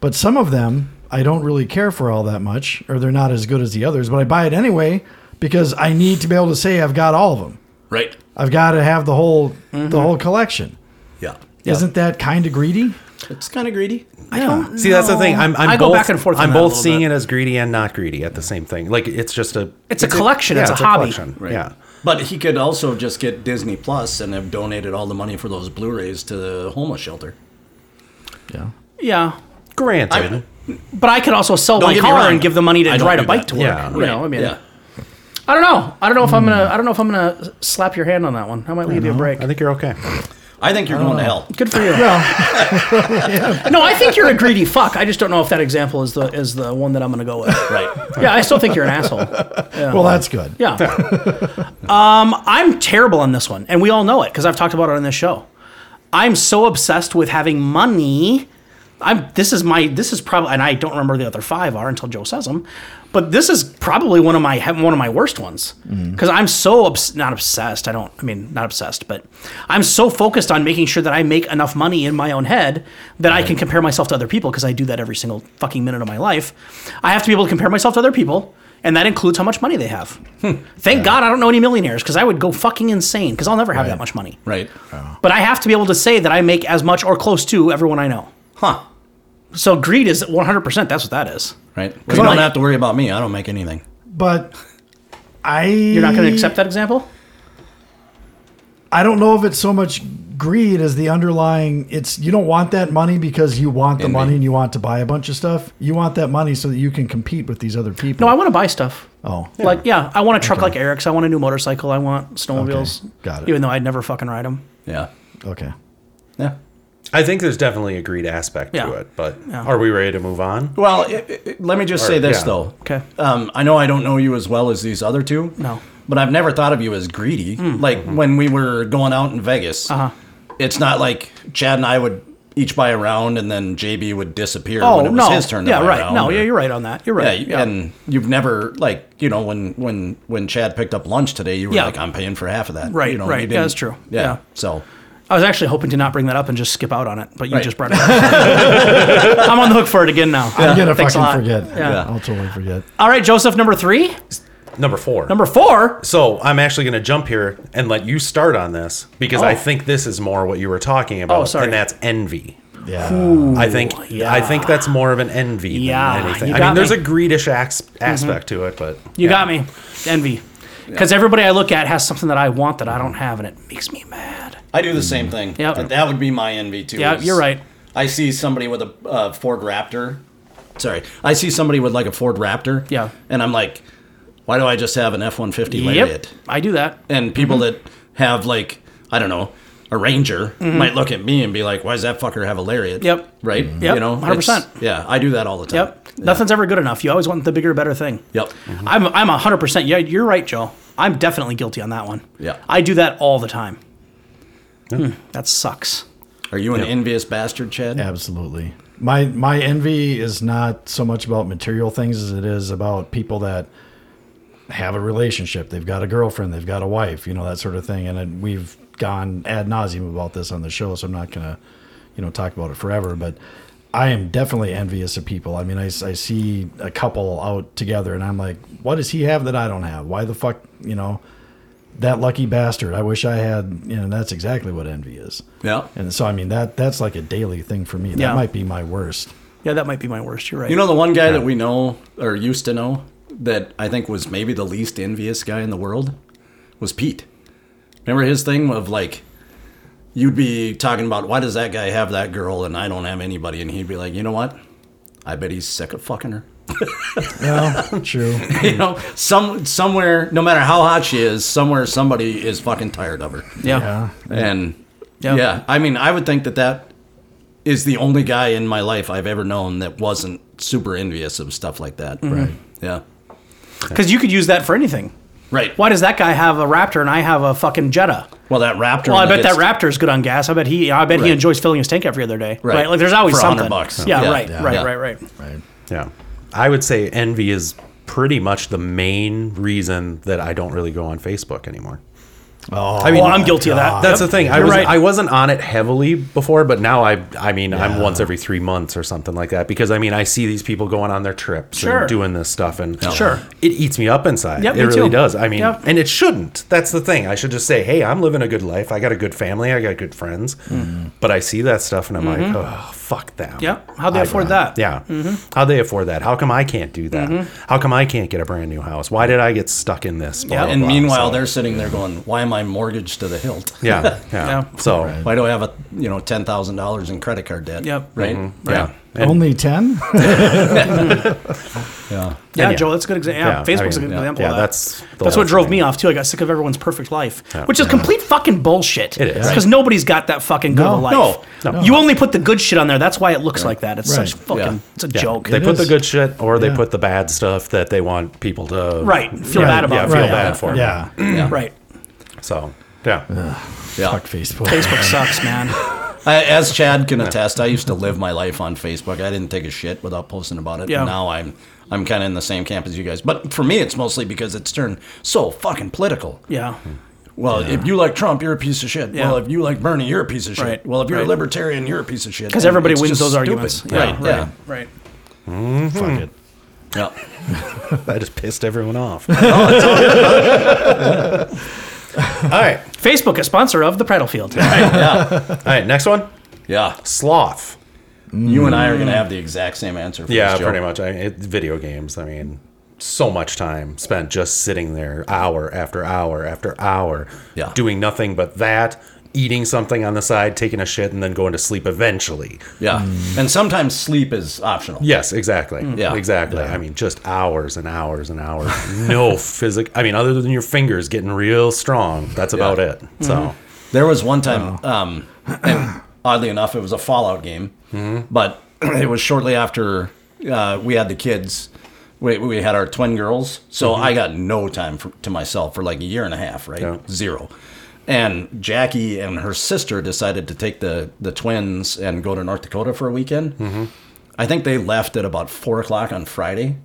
B: But some of them I don't really care for all that much, or they're not as good as the others. But I buy it anyway because I need to be able to say I've got all of them.
D: Right.
B: I've got to have the whole
E: Mm-hmm.
B: the whole collection.
D: Yeah.
B: Isn't that kind of greedy?
D: It's kind of greedy.
E: I don't
C: See, that's the thing. I'm, I'm
E: I go
C: both,
E: back and forth on
C: I'm
E: that a
C: both
E: little
C: seeing
E: bit.
C: it as greedy and not greedy at the same thing. Like it's just a.
E: It's a collection, it's a hobby.
D: Right.
C: Yeah.
D: But he could also just get Disney Plus and have donated all the money for those Blu-rays to the homeless shelter.
B: Yeah.
E: yeah.
C: Granted,
D: I-
E: But I could also sell
D: Don't
E: my
D: get me
E: car
D: wrong.
E: and give the money to
D: I don't
E: ride a
D: do
E: bike
D: that.
E: to work.
C: Yeah,
E: you know, I mean,
D: Yeah. Hmm.
E: I don't know. I don't know if I'm gonna. I don't know if I'm gonna slap your hand on that one. I might leave you a break.
C: I think you're okay.
D: I think you're going to hell.
E: Good for you.
B: Oh,
E: No, I think you're a greedy fuck. I just don't know if that example is the is the one that I'm gonna go with.
D: Right.
E: Yeah, I still think you're an asshole.
B: Well, that's good.
E: Yeah. um, I'm terrible on this one, and we all know it because I've talked about it on this show. I'm so obsessed with having money. I'm. This is my. This is probably, and I don't remember the other five are until Joe says them. But this is probably one of my one of my worst ones because I'm so obs- not obsessed. I don't. I mean, not obsessed, but I'm so focused on making sure that I make enough money in my own head that I can compare myself to other people because I do that every single fucking minute of my life. I have to be able to compare myself to other people, and that includes how much money they have. Thank God I don't know any millionaires because I would go fucking insane because I'll never have that much money.
D: Right.
E: But I have to be able to say that I make as much or close to everyone I know.
D: Huh.
E: So greed is 100%. That's what that is.
D: Right. You don't have to worry about me. I don't make anything.
B: But I
E: You're not
D: Mm.
E: going to accept that example?
B: I don't know if it's so much greed as the underlying it's you don't want that money because you want the
D: Envy.
B: money and you want to buy a bunch of stuff. You want that money so that you can compete with these other people.
E: No, I want to buy stuff.
B: Oh.
E: Like, yeah, I want a truck like Eric's. I want a new motorcycle. I want snowmobiles.
B: Okay, got it.
E: Even though I'd never fucking ride them.
D: Yeah.
B: Okay.
D: Yeah.
C: I think there's definitely a greed aspect
E: Yeah.
C: to it, but are we ready to move on?
D: Well, it, it- it- let me just say this
C: yeah.
D: though.
E: Okay.
D: Um, I know I don't know you as well as these other two.
E: No. Hmm. Mm-hmm.
D: But I've never thought of you as greedy. Like when we were going out in Vegas,
E: Uh-huh.
D: it's not like Chad and I would each buy a round and then JB would disappear
E: Oh,
D: when it was
E: no.
D: his turn. To
E: yeah,
D: buy a
E: right.
D: round,
E: no,
D: or-
E: yeah, you're right on that. You're
D: Yeah,
E: right.
D: you- and you've never like you know when when when Chad picked up lunch today, you were
E: Yeah.
D: like, "I'm paying for half of that."
E: Right,
D: You know,
E: right.
D: you
E: Yeah,
D: didn't-
E: that's true.
D: Yeah.
E: Yeah.
D: So
E: I was actually hoping to not bring that up and just skip out on it, but you
D: Right.
E: just brought it up. I'm on the hook for it again now.
B: I'm gonna
E: Thanks a
B: fucking
E: lot.
B: forget.
E: Yeah.
B: I'll totally forget.
E: All right, Joseph, number three.
C: Number four.
E: Number four.
C: so I'm actually going to jump here and let you start on this because I
E: Oh.
C: think this is more what you were talking about,
E: Oh, sorry.
C: and that's envy.
B: Yeah.
C: I think
E: yeah.
C: I think that's more of an envy
E: Yeah,
C: than anything.
E: you
C: I
E: got
C: mean, there's
E: me. Mm-hmm.
C: a greedish ax- aspect to it, but
E: You got me. Envy. Because everybody I look at has something that I want that I don't have, and it makes me mad.
D: I do the same thing.
E: Yep.
D: But that would be my envy too.
E: Yeah,
D: is
E: you're right.
D: I see somebody with a uh, Ford Raptor. Sorry, I see somebody with like a Ford Raptor.
E: Yeah.
D: and I'm like, why do I just have an F-150
E: Yep. Mm-hmm.
D: Lariat?
E: I do that.
D: And people that have like I don't know a Ranger might look at me and be like, why does that fucker have a Lariat?
E: Mm-hmm. Yep. Mm-hmm.
D: Right.
E: Yep,
D: You know,
E: 100%.
D: it's- Yeah, I do that all the time.
E: Yep. Nothing's ever good enough. You always want the bigger, better thing.
D: Yep.
E: I'm I'm 100%. Yeah, you're right, Joe. I'm definitely guilty on that one.
D: Yeah.
E: I do that all the time. Hmm, that sucks.
D: Are you an envious bastard, Chad?
B: Absolutely. My my envy is not so much about material things as it is about people that have a relationship. They've got a girlfriend, they've got a wife, you know that sort of thing. And then we've gone ad nauseum about this on the show, so I'm not gonna, you know, talk about it forever. But I am definitely envious of people. I mean, I, s- I see a couple out together, and I'm like, what does he have that I don't have? Why the fuck, you know? That lucky bastard. I wish I had. You know, that's exactly what envy is.
D: Yeah.
B: And so, I mean, that that's like a daily thing for me. That
E: Yeah.
B: might be my worst.
E: Yeah, that might be my worst. You're right.
D: You know the one guy that we know or used to know that I think was maybe the least envious guy in the world was Pete. Remember his thing of like you'd be talking about why does that guy have that girl and I don't have anybody and he'd be like, "You know what? I bet he's sick of fucking her."
B: No, true.
D: you know, some somewhere no matter how hot she is, somewhere somebody is fucking tired of her.
E: yeah.
B: Yeah.
D: And
E: Yeah.
D: yeah, I mean, I would think that that is the only guy in my life I've ever known that wasn't super envious of stuff like that. Right. Yeah.
E: Because you could use that for anything.
D: Right.
E: Why does that guy have a Raptor and I have a fucking Jetta?
D: Well, that Raptor.
E: Well, I bet that
D: Raptor.
E: Raptor's good on gas. I bet he, I bet he
D: Right.
E: enjoys filling his tank every other day. Right.
D: Right.
E: Like, there's always
D: For a hundred
E: something.
D: bucks.
E: Yeah,
D: Yeah. Oh,
E: Right.
D: Yeah.
E: Right.
D: Yeah.
E: Right. Right.
B: Right.
C: yeah, I would say envy is pretty much the main reason that I don't really go on Facebook anymore.
B: Oh,
C: I mean,
E: Well, I'm guilty of that.
C: That's
E: Yep,
C: the thing. I
E: you're
C: was
E: right.
C: I wasn't on it heavily before, but now I I mean I'm once every three months or something like that because I mean I see these people going on their trips
E: Sure.
C: and doing this stuff and
E: Sure.
C: it eats me up inside.
E: Yep,
C: it
E: me
C: really
E: too.
C: does. I mean,
E: Yep.
C: and it shouldn't. That's the thing. I should just say, hey, I'm living a good life. I got a good family. I got good friends.
E: Mm-hmm.
C: But I see that stuff and I'm like, oh fuck them.
E: Yep. Mm-hmm. How'd they
C: I
E: afford
C: got-
E: that? Mm-hmm.
C: Yeah. How'd they afford that? How come I can't do that? How come I can't get a brand new house? Why did I get stuck in this? Blah,
E: Yeah.
C: blah,
D: And
C: blah.
D: meanwhile,
C: So-
D: they're sitting there going, "Why am I mortgaged to the hilt?
C: yeah, yeah.
E: Yeah.
C: So
D: Why do I have a you know ten thousand dollars in credit card debt?
E: Yep.
D: Right.
C: yeah. And-
B: Oh, only ten.
D: Yeah.
E: Yeah,
C: yeah.
E: Joe, that's a good example. Yeah,
C: I
E: Facebook's
C: mean,
E: a good
C: yeah,
E: example
C: yeah,
E: of that.
C: that's the
E: That's
C: whole
E: what drove
C: thing.
E: me off too. I got sick of everyone's perfect life,
C: Yeah.
E: which is complete fucking bullshit.
C: It is.
E: because nobody's got that fucking good of a life.
C: no, no.
E: you only put the good shit on there. That's why it looks like that. It's
B: Right.
E: such fucking.
D: Yeah.
E: It's a
C: Yeah.
E: joke.
C: They put the
B: is.
C: good shit, or they
B: Yeah.
C: put the bad stuff that they want people to
E: Right. Feel bad about
C: Yeah,
E: it.
C: feel
E: Right.
C: bad for. Yeah.
B: Yeah,
E: Right.
C: So yeah,
D: Yeah.
B: fuck Facebook.
E: Facebook sucks, man.
D: I, as Chad can attest, I used to live my life on Facebook. I didn't take a shit without posting about it.
E: Yeah.
D: Now I'm I'm kind of in the same camp as you guys. But for me, it's mostly because it's turned so fucking political.
E: Yeah.
D: Well, if you like Trump, you're a piece of shit.
E: Yeah.
D: Well, if you like Bernie, you're a piece of shit.
E: Right,
D: Well, if you're
E: right.
D: a libertarian, you're a piece of shit.
E: Because everybody
D: It's
E: wins
D: just
E: those
D: stupid.
E: arguments.
D: Right. Yeah.
E: Yeah, Right.
B: Fuck it.
D: Yeah.
C: I just pissed everyone off. Oh, All right,
E: Facebook, a sponsor of the Prattle Field.
C: all right. Next one,
D: Yeah.
C: sloth.
D: You and I are going to have the exact same answer for
C: Yeah,
D: this, Joe.
C: pretty much. I mean, it, video games. I mean, so much time spent just sitting there, hour after hour after hour,
D: Yeah.
C: doing nothing but that, eating something on the side, taking a shit, and then going to sleep eventually.
D: Yeah. And sometimes sleep is optional.
C: Yes, exactly.
B: Mm.
D: Yeah.
C: exactly. I mean, just hours and hours and hours. No physic. I mean, other than your fingers getting real strong, that's about it.
B: Mm-hmm.
C: So,
D: There was one time, um, and oddly enough, it was a Fallout game, but it was shortly after uh, we had the kids. We, we had our twin girls, so I got no time for, to myself for like a year and a half, right?
C: Yeah.
D: Zero. And Jackie and her sister decided to take the, the twins and go to North Dakota for a weekend. I think they left at about four o'clock on Friday.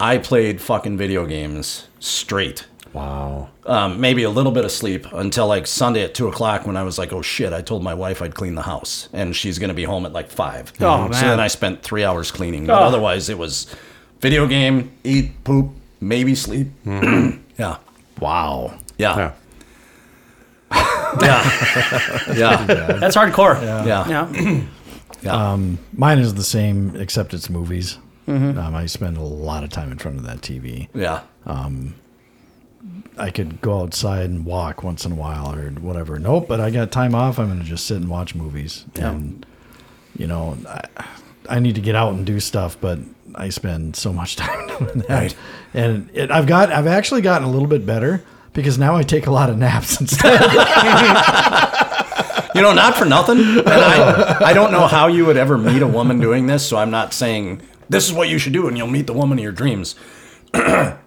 D: I played fucking video games straight
C: wow.
D: um, maybe a little bit of sleep until like Sunday at two o'clock when I was like, oh shit, I told my wife I'd clean the house and she's going to be home at like five.
E: Oh,
D: So
E: man.
D: then I spent three hours cleaning. But
E: Oh.
D: otherwise, it was video game, eat, poop, maybe sleep. yeah.
B: Wow.
D: Yeah.
C: Yeah.
D: Yeah. yeah.
E: That's hardcore. Yeah.
D: Yeah.
B: Mine is the same, except it's movies.
C: Mm-hmm.
B: Um, I spend a lot of time in front of that TV.
D: Yeah.
B: I could go outside and walk once in a while or whatever. Nope, but I got time off. I'm going to just sit and watch movies. And, you know, I, I need to get out and do stuff, but I spend so much time doing that.
D: Right.
B: And it, I've got, I've actually gotten a little bit better because now I take a lot of naps instead.
D: You know, not for nothing. And I, I don't know how you would ever meet a woman doing this, so I'm not saying this is what you should do and you'll meet the woman of your dreams.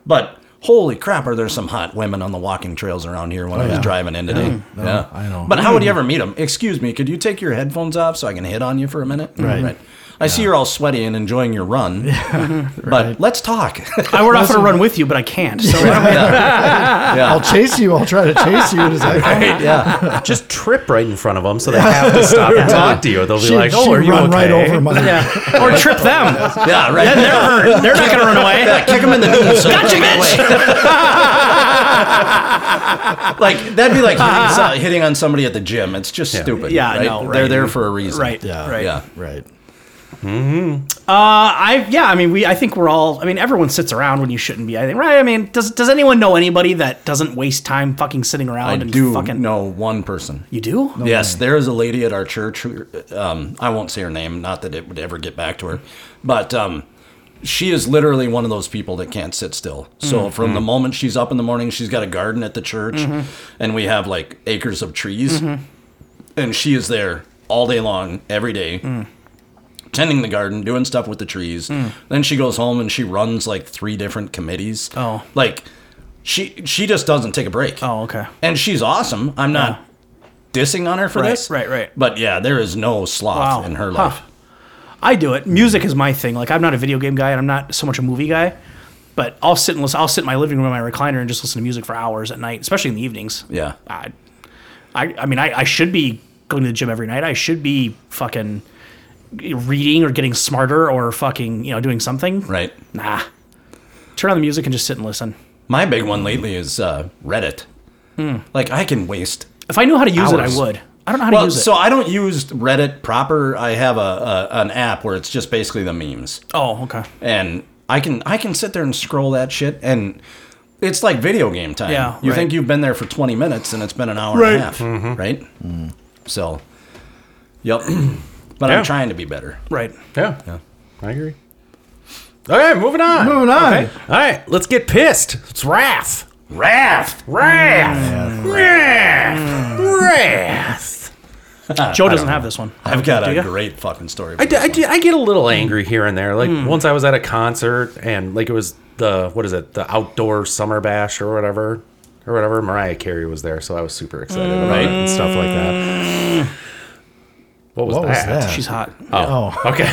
D: but holy crap, are there some hot women on the walking trails around here when I was
B: Oh, yeah.
D: driving in today? Yeah,
B: I know.
D: But how would you ever meet them? Excuse me, could you take your headphones off so I can hit on you for a minute?
B: Right.
D: I see you're all sweaty and enjoying your run, but let's talk.
E: I would offer to run with you, but I can't. So why don't we-
B: I'll chase you. I'll try to chase you. And it's like, oh,
D: yeah,
C: Just trip right in front of them so they have to stop and talk to you. They'll be
B: she,
C: like,
B: she
C: "Oh, are you
B: run
C: okay?"
B: right over my.
E: yeah. Or trip them.
D: yeah, right.
E: They're hurt. They're not going to run away.
D: Kick them in the nudes. So
E: Gotcha,
D: they get
E: bitch!
D: away. like that'd be like hitting, so- hitting on somebody at the gym. It's just
C: Yeah.
D: stupid.
E: Yeah, I
D: right?
E: know,
D: They're
E: right.
D: there for a reason.
E: Right.
B: Yeah.
E: Right.
D: Yeah.
B: Right.
E: I yeah, I mean we I think we're all I mean everyone sits around when you shouldn't be. I think right. I mean does does anyone know anybody that doesn't waste time fucking sitting around
D: I
E: and
D: do
E: fucking
D: know one person.
E: You do?
D: yes, there is a lady at our church. Who, um, I won't say her name. Not that it would ever get back to her, but um, she is literally one of those people that can't sit still. So
E: Mm-hmm.
D: from the moment she's up in the morning, she's got a garden at the church, and we have like acres of trees,
E: Mm-hmm.
D: and she is there all day long, every day,
E: Mm.
D: tending the garden, doing stuff with the trees. Then she goes home and she runs like three different committees.
E: Oh.
D: like she she just doesn't take a break
E: Oh, okay.
D: and she's awesome. I'm not dissing on her for
E: Right,
D: this.
E: right, right.
D: But yeah, there is no sloth
E: Wow.
D: in her
E: Huh.
D: life.
E: I do it. Music is my thing. Like I'm not a video game guy and I'm not so much a movie guy. But I'll sit and listen. I'll sit in my living room in my recliner and just listen to music for hours at night, especially in the evenings.
D: Yeah.
E: I, I, I mean, I, I should be going to the gym every night. I should be fucking reading or getting smarter or fucking you know doing something.
D: Right.
E: Nah. Turn on the music and just sit and listen.
D: My big one lately is uh, Reddit. Like I can waste.
E: If I knew how to use
D: Hours.
E: it, I would. I don't know Hmm. how to
D: Well,
E: use it.
D: so I don't use Reddit proper. I have a, a an app where it's just basically the memes.
E: oh, okay.
D: and I can I can sit there and scroll that shit, and it's like video game time.
E: Yeah,
D: you
E: right.
D: think you've been there for twenty minutes, and it's been an hour
E: Right.
D: and a half, right? So, yep. but
C: Yeah.
D: I'm trying to be better.
E: Right.
C: Yeah. I agree. Okay, moving on.
B: Moving on.
C: Okay. All right, let's get pissed. It's Wrath. Wrath.
B: Mm.
C: Wrath. Wrath. Wrath.
E: Joe doesn't have this one.
D: I've got
E: Do
D: a
E: ya?
D: great fucking story.
C: I, d- I d- I get a
B: Mm.
C: little angry here and there. Like once I was at a concert and like it was the what is it the outdoor summer bash or whatever or whatever Mariah Carey was there, so I was super excited about it and stuff like that. What was
B: Mm. What was
C: that?
B: that?
E: She's hot.
B: Oh,
C: Okay,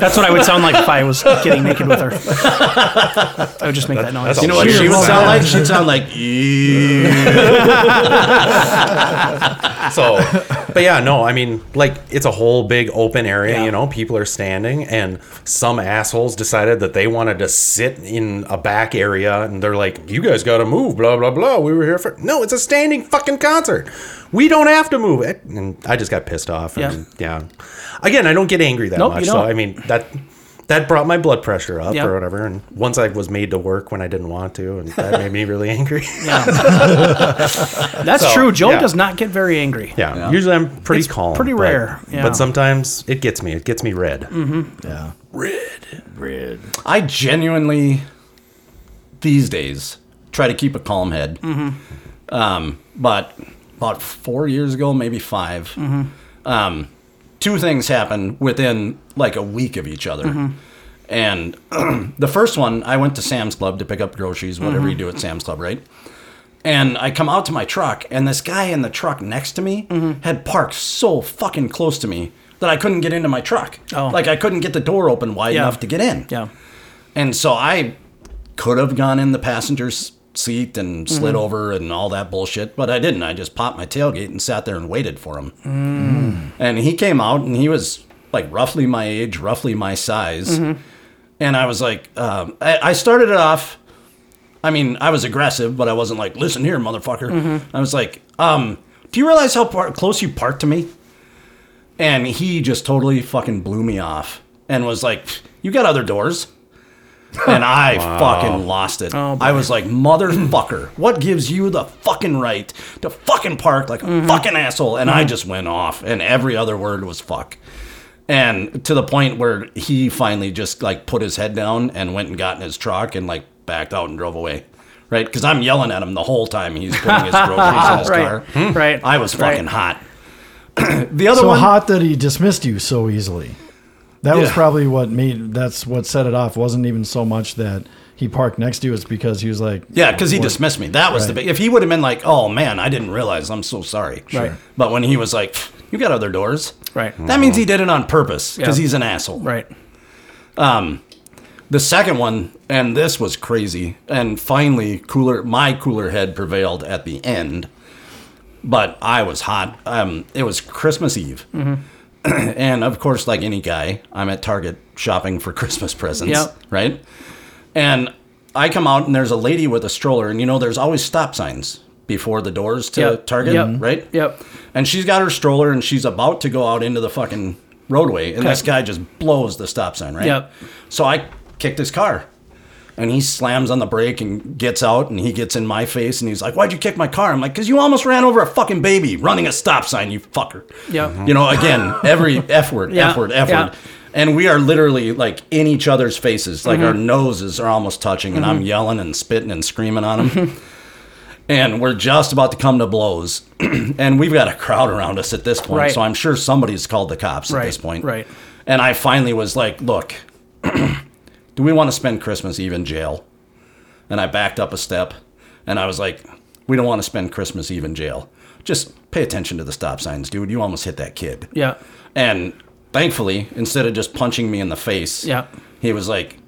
E: That's what I would sound like if I was getting naked with her. I would just make that, noise.
C: that's
D: you know what
C: She
D: she
C: was
D: would sound
B: loud.
D: like? She'd sound like "Ew."
C: so but yeah, no, I mean like it's a whole big open area,
E: Yeah.
C: you know, people are standing and some assholes decided that they wanted to sit in a back area and they're like, You guys gotta move, blah blah blah. We were here for No, it's a standing fucking concert. We don't have to move. And I just got pissed off and yeah. Again, I don't get angry that
E: Nope, you
C: much. So
E: don't.
C: I mean that that brought my blood pressure up
E: Yeah.
C: or whatever. And once I was made to work when I didn't want to, and that made me really angry.
E: That's
C: So,
E: true. Joe
C: yeah.
E: does not get very angry.
C: Yeah, usually I'm pretty Mm. calm.
E: pretty
C: but-
E: rare, yeah.
C: But sometimes it gets me. It gets me red.
B: yeah. Red. Red.
D: I genuinely these days try to keep a calm head.
E: Mm-hmm.
D: Um, but about four years ago, maybe 5
E: Mm-hmm.
D: um, two things happened within like a week of each other.
E: Mm-hmm.
D: And the first one, I went to Sam's Club to pick up groceries, whatever
E: Mm-hmm.
D: you do at Sam's Club, right? And I come out to my truck, and this guy in the truck next to me
E: Mm-hmm.
D: had parked so fucking close to me that I couldn't get into my truck.
E: Oh.
D: Like I couldn't get the door open wide
E: Yeah.
D: enough to get in.
E: Yeah.
D: And so I could have gone in the passenger's seat and slid over and all that bullshit, but I didn't. I just popped my tailgate and sat there and waited for him. And he came out and he was like roughly my age, roughly my size. And I was like, um, I, I started it off. I mean, I was aggressive, but I wasn't like, listen here, motherfucker. I was like, um, do you realize how par- close you parked to me? And he just totally fucking blew me off and was like, you got other doors. And I fucking lost it.
E: Oh, boy.
D: I was like, motherfucker, what gives you the fucking right to fucking park like a
E: Mm-hmm.
D: fucking asshole? And I just went off, and every other word was fuck. And to the point where he finally just like put his head down and went and got in his truck and like backed out and drove away. Right? Because I'm yelling at him the whole time he's putting his groceries in his
E: Right.
D: car.
E: Right.
D: I was
E: Right.
D: fucking hot. the other
B: So
D: one,
B: hot that he dismissed you so easily. That was
D: Yeah.
B: probably what made that's what set it off. Wasn't even so much that he parked next to you. It's because he was like, "Oh,
D: yeah, because he
B: what-
D: dismissed me. That was the
B: Right.
D: big. If he would have been like, "Oh man, I didn't realize. I'm so sorry."
E: Right.
D: But when he was like, "You got other doors,"
E: Right.
D: That means he did it on purpose because
E: Yeah.
D: he's an asshole.
E: Right.
D: The second one, and this was crazy, and finally, cooler my cooler head prevailed at the end. But I was hot. Um, it was Christmas Eve,
E: Mm-hmm.
D: and of course, like any guy, I'm at Target shopping for Christmas presents.
E: Yep.
D: Right, and I come out, and there's a lady with a stroller, and you know, there's always stop signs before the doors to
E: Yep.
D: Target,
E: Yep.
D: right?
E: Yep.
D: And she's got her stroller and she's about to go out into the fucking roadway. And this guy just blows the stop sign, right?
E: Yep.
D: So I kicked his car and he slams on the brake and gets out and he gets in my face and he's like, Why'd you kick my car? I'm like, Because you almost ran over a fucking baby running a stop sign, you fucker.
E: Yep.
D: You know, again, every F word,
E: Yeah,
D: F word, F
E: yeah.
D: word. And we are literally like in each other's faces, like
E: Mm-hmm.
D: our noses are almost touching, and I'm yelling and spitting and screaming on him and we're just about to come to blows and we've got a crowd around us at this point
E: Right.
D: so i'm sure somebody's called the cops
E: Right,
D: at this point
E: right.
D: and i finally was like look do we want to spend christmas eve in jail and i backed up a step and i was like we don't want to spend christmas eve in jail just pay attention to the stop signs dude you almost hit that kid
E: Yeah.
D: and thankfully instead of just punching me in the face
E: Yeah.
D: he was like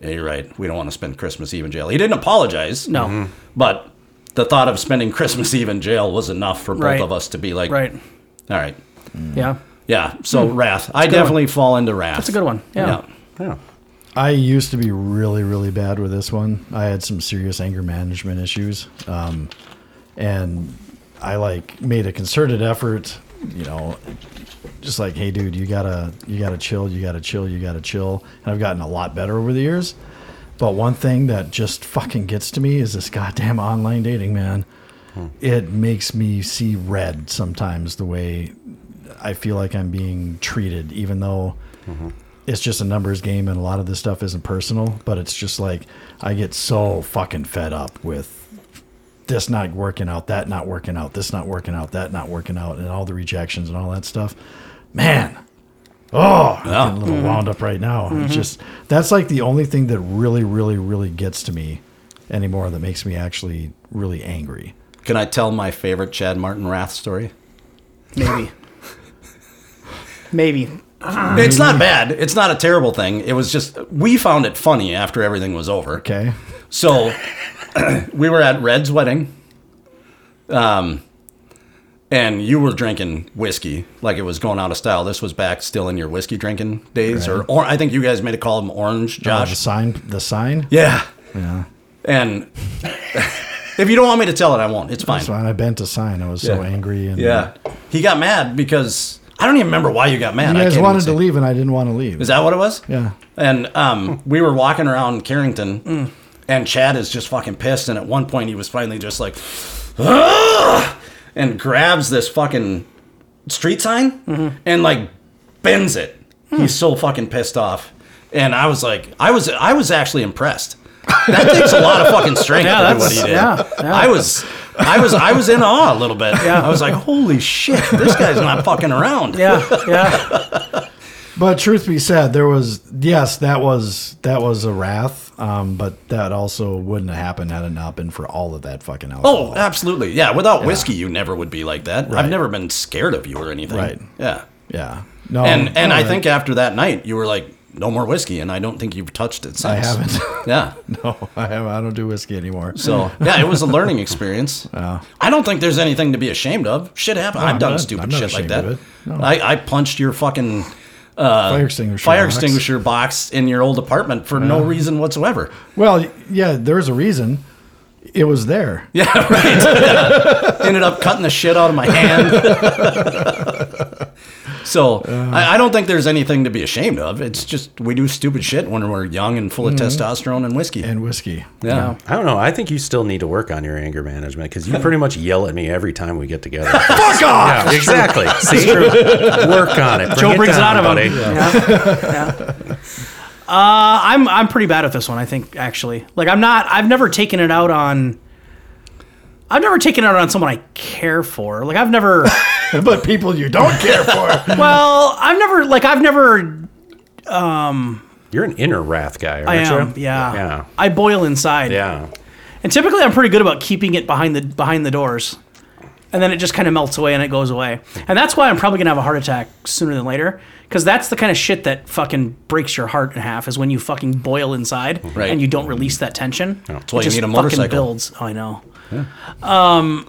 D: yeah, you're right. We don't want to spend Christmas Eve in jail. He didn't apologize.
E: No.
D: But the thought of spending Christmas Eve in jail was enough for both
E: Right.
D: of us to be like,
E: Right. Hmm.
D: all right.
E: Yeah.
D: Yeah. So wrath. I definitely fall into wrath.
E: That's a good one. Yeah.
C: Yeah.
B: I used to be really, really bad with this one. I had some serious anger management issues, um, and I like made a concerted effort. You know, just like, hey, dude, you gotta, you gotta chill, you gotta chill, you gotta chill. And I've gotten a lot better over the years. But one thing that just fucking gets to me is this goddamn online dating, man. It makes me see red sometimes the way I feel like I'm being treated, even though it's just a numbers game and a lot of this stuff isn't personal, but it's just like I get so fucking fed up with this not working out, that not working out, this not working out, that not working out, and all the rejections and all that stuff. Man. Oh, I'm getting a little wound up right now. It's just that's like the only thing that really, really, really gets to me anymore that makes me actually really angry.
D: Can I tell my favorite Chad Martin wrath story?
E: Maybe. Maybe. Mm.
D: It's not bad. It's not a terrible thing. It was just, we found it funny after everything was over.
B: Okay.
D: So we were at Red's wedding. Um, and you were drinking whiskey like it was going out of style. This was back still in your whiskey drinking days, or, or I think you guys made a call him orange,
E: Oh,
B: Uh,
D: Josh.
B: the sign the sign.
D: Yeah.
B: Yeah.
D: And if you don't want me to tell it, I won't. It's fine.
B: That's why I bent a sign. I was so
D: Yeah.
B: angry and
D: Yeah. He got mad because I don't even remember why you got mad.
B: you guys
D: I can't even
B: wanted
D: say.
B: to leave and I didn't want to leave.
D: Is that what it was?
B: Yeah.
D: And um, we were walking around Carrington, and Chad is just fucking pissed. And at one point, he was finally just like, "Ugh!" and grabs this fucking street sign and like bends it. He's so fucking pissed off. And I was like, I was, I was actually impressed. That takes a lot of fucking strength
E: Yeah,
D: to do what
E: that's-
D: he did.
E: yeah, yeah.
D: I was, I was, I was in awe a little bit. I was like, holy shit, this guy's not fucking around.
E: Yeah. Yeah.
B: But truth be said, there was yes, that was that was a wrath, um, but that also wouldn't have happened had it not been for all of that fucking alcohol.
D: Oh, absolutely. Yeah, without whiskey, you never would be like that. I've never been scared of you or anything.
B: Right. Oh,
D: Yeah.
B: yeah, no,
D: And and
B: all
D: I
B: right.
D: think after that night, you were like, no more whiskey, and I don't think you've touched it since.
B: I haven't.
D: Yeah.
B: no, I have. I don't do whiskey anymore.
D: So yeah, it was a learning experience. I don't think there's anything to be ashamed of. Shit happened. I've
B: I'm
D: done
B: not-
D: stupid
B: I'm not
D: shit like
B: ashamed
D: that.
B: of it. No.
D: I, I punched your fucking
B: fire extinguisher.
D: uh, fire
B: box.
D: extinguisher box in your old apartment for no reason whatsoever.
B: Well, yeah, there's a reason. It was there. Yeah.
D: ended up cutting the shit out of my hand. so I, I don't think there's anything to be ashamed of. It's just we do stupid shit when we're young and full of testosterone and whiskey.
B: And whiskey.
D: yeah.
C: I don't know. I think you still need to work on your anger management because you pretty much yell at me every time we get together.
B: Fuck off.
C: yeah, exactly. See, work on it. Bring
E: Joe brings it
C: down,
E: out of
C: buddy.
E: him. Yeah. Yeah. Uh, I'm I'm pretty bad at this one. I think actually, like I'm not. I've never taken it out on. I've never taken it out on someone I care for. Like I've never.
B: But people you don't care for.
E: well, I've never. Like I've never.
C: You're an inner wrath guy, aren't
E: I am.
C: you?
E: Yeah.
C: Yeah.
E: I boil inside.
C: Yeah.
E: And typically, I'm pretty good about keeping it behind the behind the doors, and then it just kind of melts away and it goes away. And that's why I'm probably gonna have a heart attack sooner than later, because that's the kind of shit that fucking breaks your heart in half is when you fucking boil inside
D: Right.
E: and you don't release that tension.
D: why
E: It
D: you
E: just
D: need a
E: Fucking
D: motorcycle.
E: builds. Oh, I know. Um,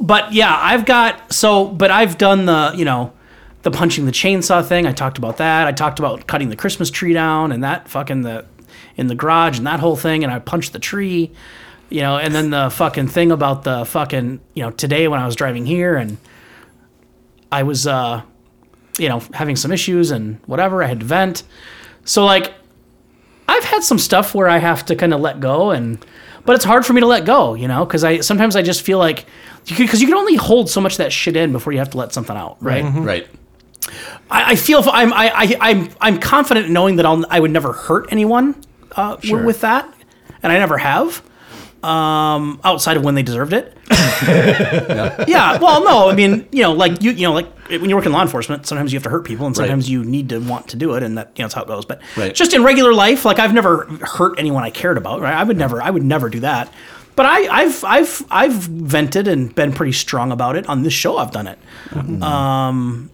E: but yeah, I've got so, but I've done the you know. The punching the chainsaw thing, I talked about that. I talked about cutting the Christmas tree down and that fucking the in the garage and that whole thing. And I punched the tree you know and then the fucking thing about the fucking you know today when i was driving here and i was uh you know having some issues and whatever i had to vent so like i've had some stuff where i have to kind of let go and but it's hard for me to let go you know because i sometimes i just feel like because you can only hold so much of that shit in before you have to let something out right
D: Right.
E: I, I feel f- I'm I, I I'm I'm confident in knowing that I'll I would never hurt anyone uh, w- with that, and I never have. Um, outside of when they deserved it. yeah. Well, no. I mean, you know, like you, you know, like when you work in law enforcement, sometimes you have to hurt people, and sometimes you need to want to do it, and that you know that's how it goes. But
D: Right.
E: just in regular life, like I've never hurt anyone I cared about. Right. I would never. I would never do that. But I, I've I've I've vented and been pretty strong about it on this show. I've done it
D: Mm-hmm.
E: Um,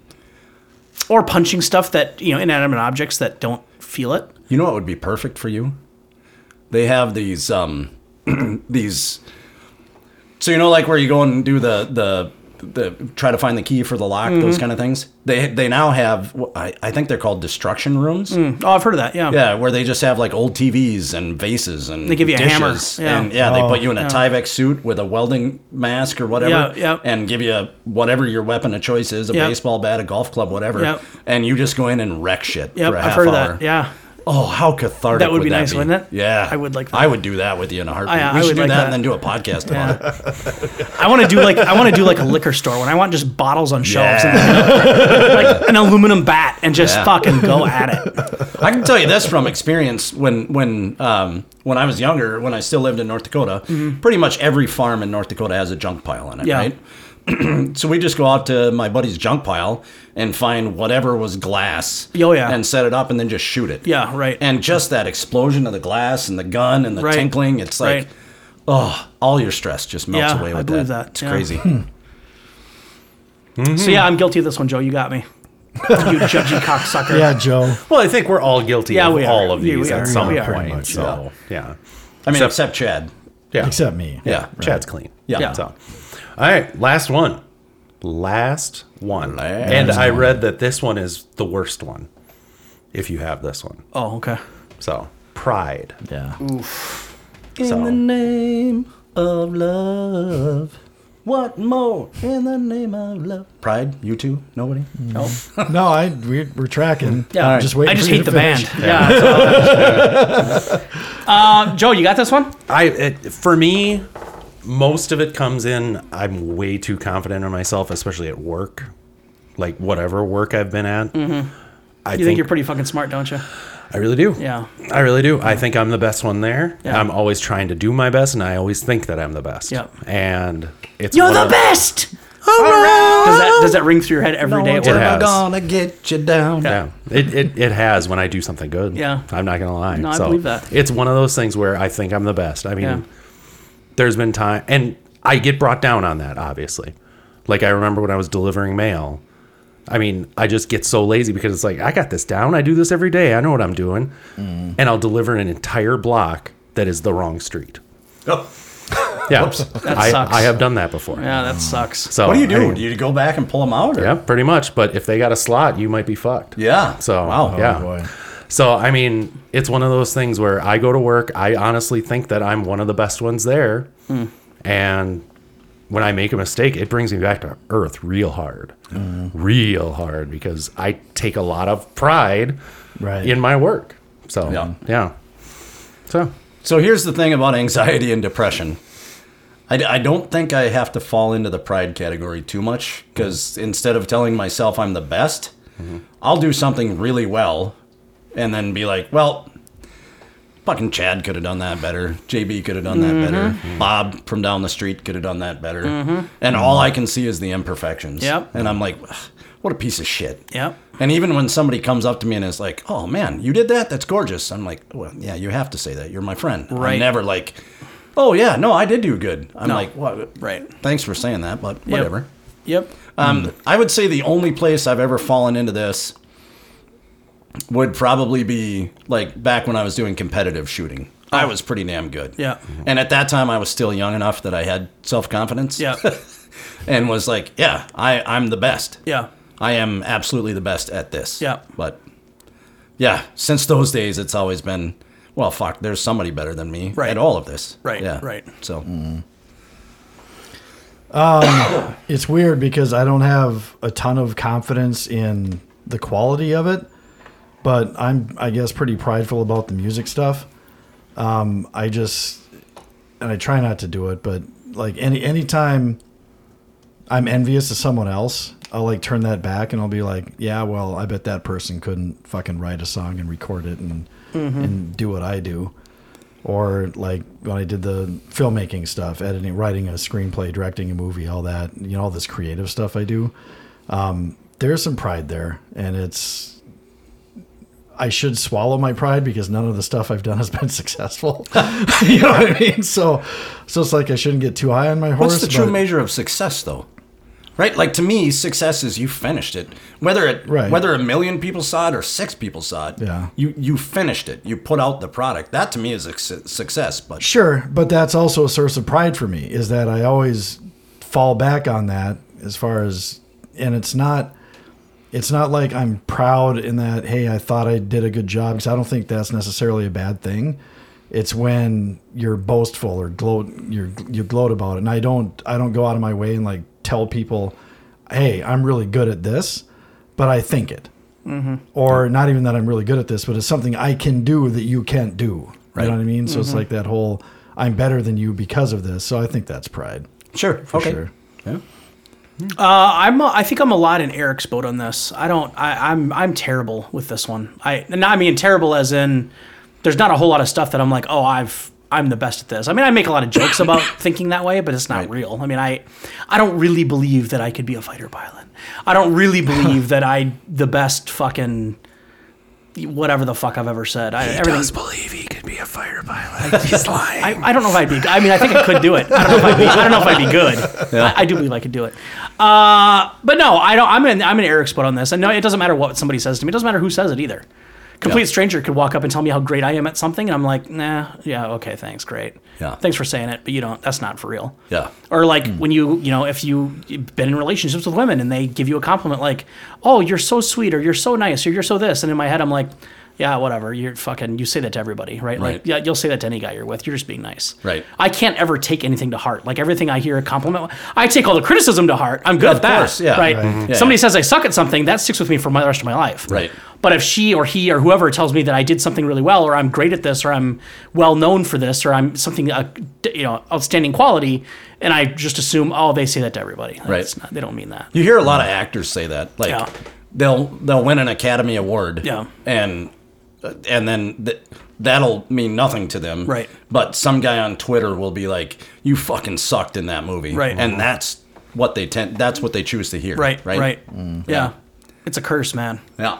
E: or punching stuff that you know inanimate objects that don't feel it.
D: You know what would be perfect for you? They have these um these So you know like where you go and do the the the try to find the key for the lock, those kind of things. They they now have wh- I, I think they're called destruction rooms.
E: Oh, I've heard of that. Yeah.
D: Yeah, where they just have like old TVs and vases and
E: They give you a hammer,
D: dishes.
E: yeah.
D: And yeah, they
B: Oh.
D: put you in a Tyvek suit with a welding mask or whatever.
E: Yeah, yeah.
D: And give you whatever your weapon of choice is, a
E: Yeah.
D: baseball bat, a golf club, whatever.
E: Yeah.
D: And you just go in and wreck shit
E: Yep,
D: for a half
E: I've heard
D: hour.
E: of that. Yeah.
D: Oh, how cathartic!
E: That would be
D: that
E: nice, wouldn't it?
D: Yeah,
E: I would like
D: I
E: that.
D: would do that with you in a heartbeat.
E: I- I
D: we
E: would
D: should do
E: like
D: that,
E: that.
D: and then do a podcast about it.
E: I want to do like I want to do like a liquor store when I want just bottles on shelves
D: Yeah.
E: and like an aluminum bat and just
D: Yeah.
E: fucking go at it.
D: I can tell you this from experience. When when um, when I was younger, when I still lived in North Dakota, pretty much every farm in North Dakota has a junk pile in it,
E: Mm-hmm. Yeah.
D: right? so we just go out to my buddy's junk pile and find whatever was glass.
E: Oh, yeah.
D: And set it up and then just shoot it.
E: Yeah, right.
D: And just that explosion of the glass and the gun and the
E: Right.
D: tinkling, it's like,
E: Right.
D: oh, all your stress just melts
E: Yeah,
D: away
E: I
D: with
E: believe that,
D: It's
E: yeah.
D: crazy.
E: So yeah, I'm guilty of this one, Joe. You got me. you judgy cocksucker.
B: Yeah, Joe.
C: Well, I think we're all guilty
E: Yeah,
C: of
E: we are.
C: all of
E: Yeah, we
C: these
E: are.
C: at some
E: We are.
C: point.
B: Pretty much,
C: so yeah.
D: I mean,
C: Except-
D: except, Chad.
C: Yeah.
B: Except me.
D: Yeah.
C: Chad's clean.
D: Yeah.
E: Yeah.
C: So, all right, last one. Last one.
D: Last
C: and I read that this one is the worst one if you have this one.
E: Oh, okay.
C: So, pride.
B: Yeah.
C: So-
D: name of love. What more in the name of love? Pride, you two, nobody?
C: Mm.
D: No.
B: No, I we're, we're tracking.
E: Yeah.
B: I'm just waiting.
E: I just
B: for you
E: hate
B: to
E: the
B: finish.
E: band. Yeah. so- uh, Joe, you got this one?
C: I it, for me, most of it comes in. I'm way too confident in myself, especially at work, like whatever work I've been at. I
E: Mm-hmm. You think you're pretty fucking smart, don't you?
C: I really do.
E: Yeah.
C: I really do. I think I'm the best one there.
E: Yeah.
C: I'm always trying to do my best, and I always think that I'm the best.
E: Yep.
C: And it's
E: You're
C: one
E: the
C: of-
E: best. Does that does that ring through your head every day? at
C: it
E: work?
C: has.
D: gonna get you down.
C: Yeah, it, it, it has when I do something good.
E: Yeah.
C: I'm not gonna lie.
E: No, I
C: So,
E: believe that.
C: It's one of those things where I think I'm the best. I mean,
E: Yeah.
C: there's been time, and I get brought down on that. Obviously, like I remember when I was delivering mail. I mean, I just get so lazy because it's like I got this down. I do this every day. I know what I'm doing,
D: Mm.
C: and I'll deliver an entire block that is the wrong street.
D: Oh,
C: Yeah, I,
E: sucks.
C: I have done that before.
E: Yeah, that sucks.
C: So
D: what do you do?
C: I-
D: Do you go back and pull them out? Or?
C: yeah, pretty much. But if they got a slot, you might be fucked.
D: Yeah.
C: So
D: Wow.
C: yeah.
B: Oh, boy.
C: So I mean, it's one of those things where I go to work, I honestly think that I'm one of the best ones there, and when I make a mistake, it brings me back to earth real hard, Mm-hmm. real hard because I take a lot of pride
B: Right.
C: in my work. So
D: Yeah.
C: yeah, So
D: So here's the thing about anxiety and depression. I, d- I don't think I have to fall into the pride category too much because instead of telling myself I'm the best, I'll do something really well and then be like, well, fucking Chad could have done that better. JB could have done that
E: Mm-hmm.
D: better. Bob from down the street could have done that better. And all I can see is the imperfections.
E: Yep.
D: And I'm like, "Ugh, what a piece of shit.
E: Yep.
D: And even when somebody comes up to me and is like, "Oh man, you did that? That's gorgeous." I'm like, "Well, yeah, you have to say that. You're my friend."
E: Right.
D: I'm never like, "Oh yeah, no, I did do good." I'm like, "Well,
E: Right. Mm.
D: thanks for saying that, but whatever."
E: Yep.
D: Um, I would say the only place I've ever fallen into this would probably be like back when I was doing competitive shooting. I was pretty damn good.
E: Oh.
D: Mm-hmm.
E: Yeah.
D: And at that time, I was still young enough that I had self confidence.
E: Yeah.
D: and was like, "Yeah, I, I'm the best."
E: Yeah.
D: I am absolutely the best at this.
E: Yeah.
D: But yeah, since those days, it's always been, well, fuck, there's somebody better than me
E: Right.
D: at all of this.
E: Right,
D: Yeah.
E: right.
D: So
B: Hmm. It's weird because I don't have a ton of confidence in the quality of it, but I'm I guess pretty prideful about the music stuff. Um, I just and I try not to do it, but like any anytime I'm envious of someone else, I'll like turn that back and I'll be like, yeah, well, I bet that person couldn't fucking write a song and record it and
D: Mm-hmm.
B: and do what I do. Or like when I did the filmmaking stuff, editing, writing a screenplay, directing a movie, all that, you know, all this creative stuff I do. Um, there's some pride there, and it's I should swallow my pride because none of the stuff I've done has been successful. you know what I mean? So, so it's like I shouldn't get too high on my horse.
D: what's the true
B: but-
D: measure of success, though? Right? Like to me, success is you finished it. Whether it
B: Right.
D: whether a million people saw it or six people saw it,
B: Yeah.
D: you you finished it. You put out the product. That to me is a su- success. But
B: Sure, but that's also a source of pride for me is that I always fall back on that as far as and it's not it's not like I'm proud in that hey, I thought I did a good job cuz I don't think that's necessarily a bad thing. It's when you're boastful or gloat you're you gloat about it. And I don't I don't go out of my way and like tell people, "Hey, I'm really good at this," but I think it
E: Mm-hmm.
B: or not even that I'm really good at this, but it's something I can do that you can't do. You know what I mean? So it's
E: Mm-hmm.
B: like that whole I'm better than you because of this. So I think that's pride.
D: sure,
B: For
D: okay.
B: sure.
E: I'm a, I think I'm a lot in Eric's boat on this. I don't I, I'm I'm terrible with this one. I not I mean terrible as in there's not a whole lot of stuff that I'm like, oh I've I'm the best at this. I mean I make a lot of jokes about thinking that way, but it's not real. I mean I I don't really believe that I could be a fighter pilot. I don't really believe that I the best fucking whatever the fuck I've ever said. I everything's
C: believe he could be a fire pilot. He's lying.
E: I, I don't know if I'd be. I mean, I think I could do it. I don't know if I'd be. I don't know if I'd be good. I, I do believe I could do it. Uh, but no, I don't. I'm an I'm an Eric's foot on this. And no, it doesn't matter what somebody says to me. It doesn't matter who says it either. Complete stranger could walk up and tell me how great I am at something, and I'm like, nah, yeah, okay, thanks, great.
D: Yeah.
E: Thanks for saying it, but you don't. That's not for real.
D: Yeah.
E: Or like
D: Hmm.
E: when you, you know, if you- you've been in relationships with women and they give you a compliment like, "Oh, you're so sweet," or "You're so nice," or "You're so this," and in my head I'm like, "Yeah, whatever. You're fucking. You say that to everybody,
D: Right.
E: right? Like, yeah, you'll say that to any guy you're with. You're just being nice.
D: Right.
E: I can't ever take anything to heart. Like everything I hear a compliment, I take all the criticism to heart. I'm good
D: of
E: at that.
D: course, yeah.
E: Right.
D: Right. Mhm. Yeah,
E: Somebody
D: yeah.
E: says I suck at something, that sticks with me for my the rest of my life.
D: Right.
E: But if she or he or whoever tells me that I did something really well, or I'm great at this, or I'm well known for this, or I'm something uh, d- you know outstanding quality, and I just assume, oh, they say that to everybody. Like,
D: Right.
E: it's Not, they don't mean that.
D: You hear a lot of actors say that. Like
E: Yeah.
D: they'll they'll win an Academy Award.
E: Yeah.
D: And and then th- that'll mean nothing to them.
E: Right.
D: But some guy on Twitter will be like, "You fucking sucked in that movie."
E: Right.
D: And that's what they tend. That's what they choose to hear.
E: Right.
D: Right. Mm.
E: Right. Yeah. It's a curse, man.
D: Yeah.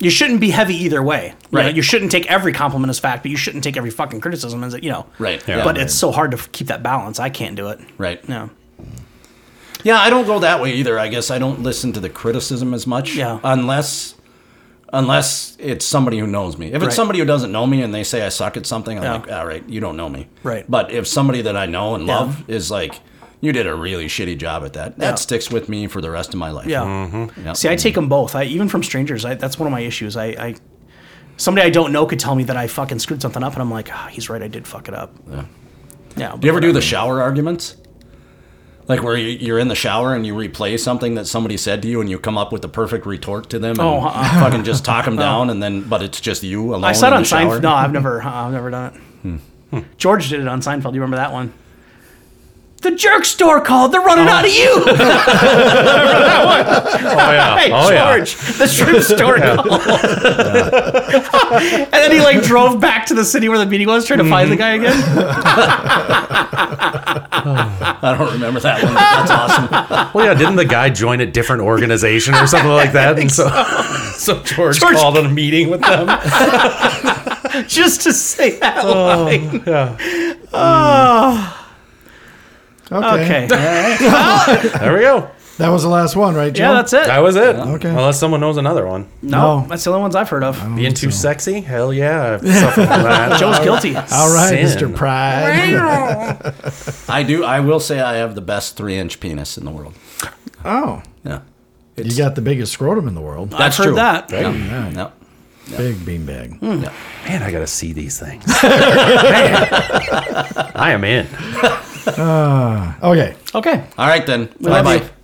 E: You shouldn't be heavy either way. You know,
D: Right.
E: you shouldn't take every compliment as fact, but you shouldn't take every fucking criticism as you know.
D: Right.
C: Yeah.
E: but it's so hard to f- keep that balance. I can't do it.
D: Right.
E: No.
D: Yeah, I don't go that way either. I guess I don't listen to the criticism as much.
E: Yeah.
D: Unless unless it's somebody who knows me. If it's
E: Right.
D: somebody who doesn't know me and they say I suck at something, I'm
E: Yeah.
D: like, all right, you don't know me.
E: Right.
D: But if somebody that I know and love is like, you did a really shitty job at that, that
E: Yeah.
D: sticks with me for the rest of my life.
E: Yeah.
D: Yeah.
E: See, I take them both. I even from strangers. I, that's one of my issues. I, I somebody I don't know could tell me that I fucking screwed something up, and I'm like, ah, he's right. I did fuck it up. Yeah. Yeah.
D: Do you ever do the shower arguments? Like where you- you're in the shower and you replay something that somebody said to you, and you come up with the perfect retort to them, and
E: Oh, uh-uh.
D: fucking just talk them down, and then but it's just you alone.
E: I saw
D: in
E: it
D: the
E: on
D: shower? Hmm.
E: Seinfeld. No, I've never. uh, I've never done it. George did it on Seinfeld. You remember that one? The jerk store called. They're running out of you.
C: Oh yeah.
E: Hey,
C: oh yeah.
E: George, the shrimp store called. and then he like drove back to the city where the meeting was, trying to find the guy
D: Mm-hmm.
E: again.
D: I don't remember that one. but That's awesome.
C: Well, Oh, yeah. Didn't the guy join a different organization or something like that? And so, so George,
E: George-
C: called on a meeting with them.
E: Just to say that. line.
B: Okay.
E: Okay.
C: There we go.
B: That was the last one, right, Joe?
E: Yeah, that's it.
C: That was it.
B: Okay.
C: Unless someone knows another one.
E: No,
B: No.
E: that's the only ones I've heard of.
C: Being too sexy? Hell yeah. I've suffered from that.
E: Joe's guilty.
B: All right,
C: Sin.
B: Mr. Pride.
D: I do. I will say I have the best three-inch penis in the world.
B: Oh,
D: Yeah,
B: you got the biggest scrotum in the world.
E: I've heard that.
D: Yeah.
B: Yeah.
D: No.
B: Big beanbag.
E: Hmm.
D: Yeah.
C: Man, I gotta see these things. Man, I am in.
B: Okay.
E: Okay.
D: All right then. Bye
E: love
D: bye.
E: you.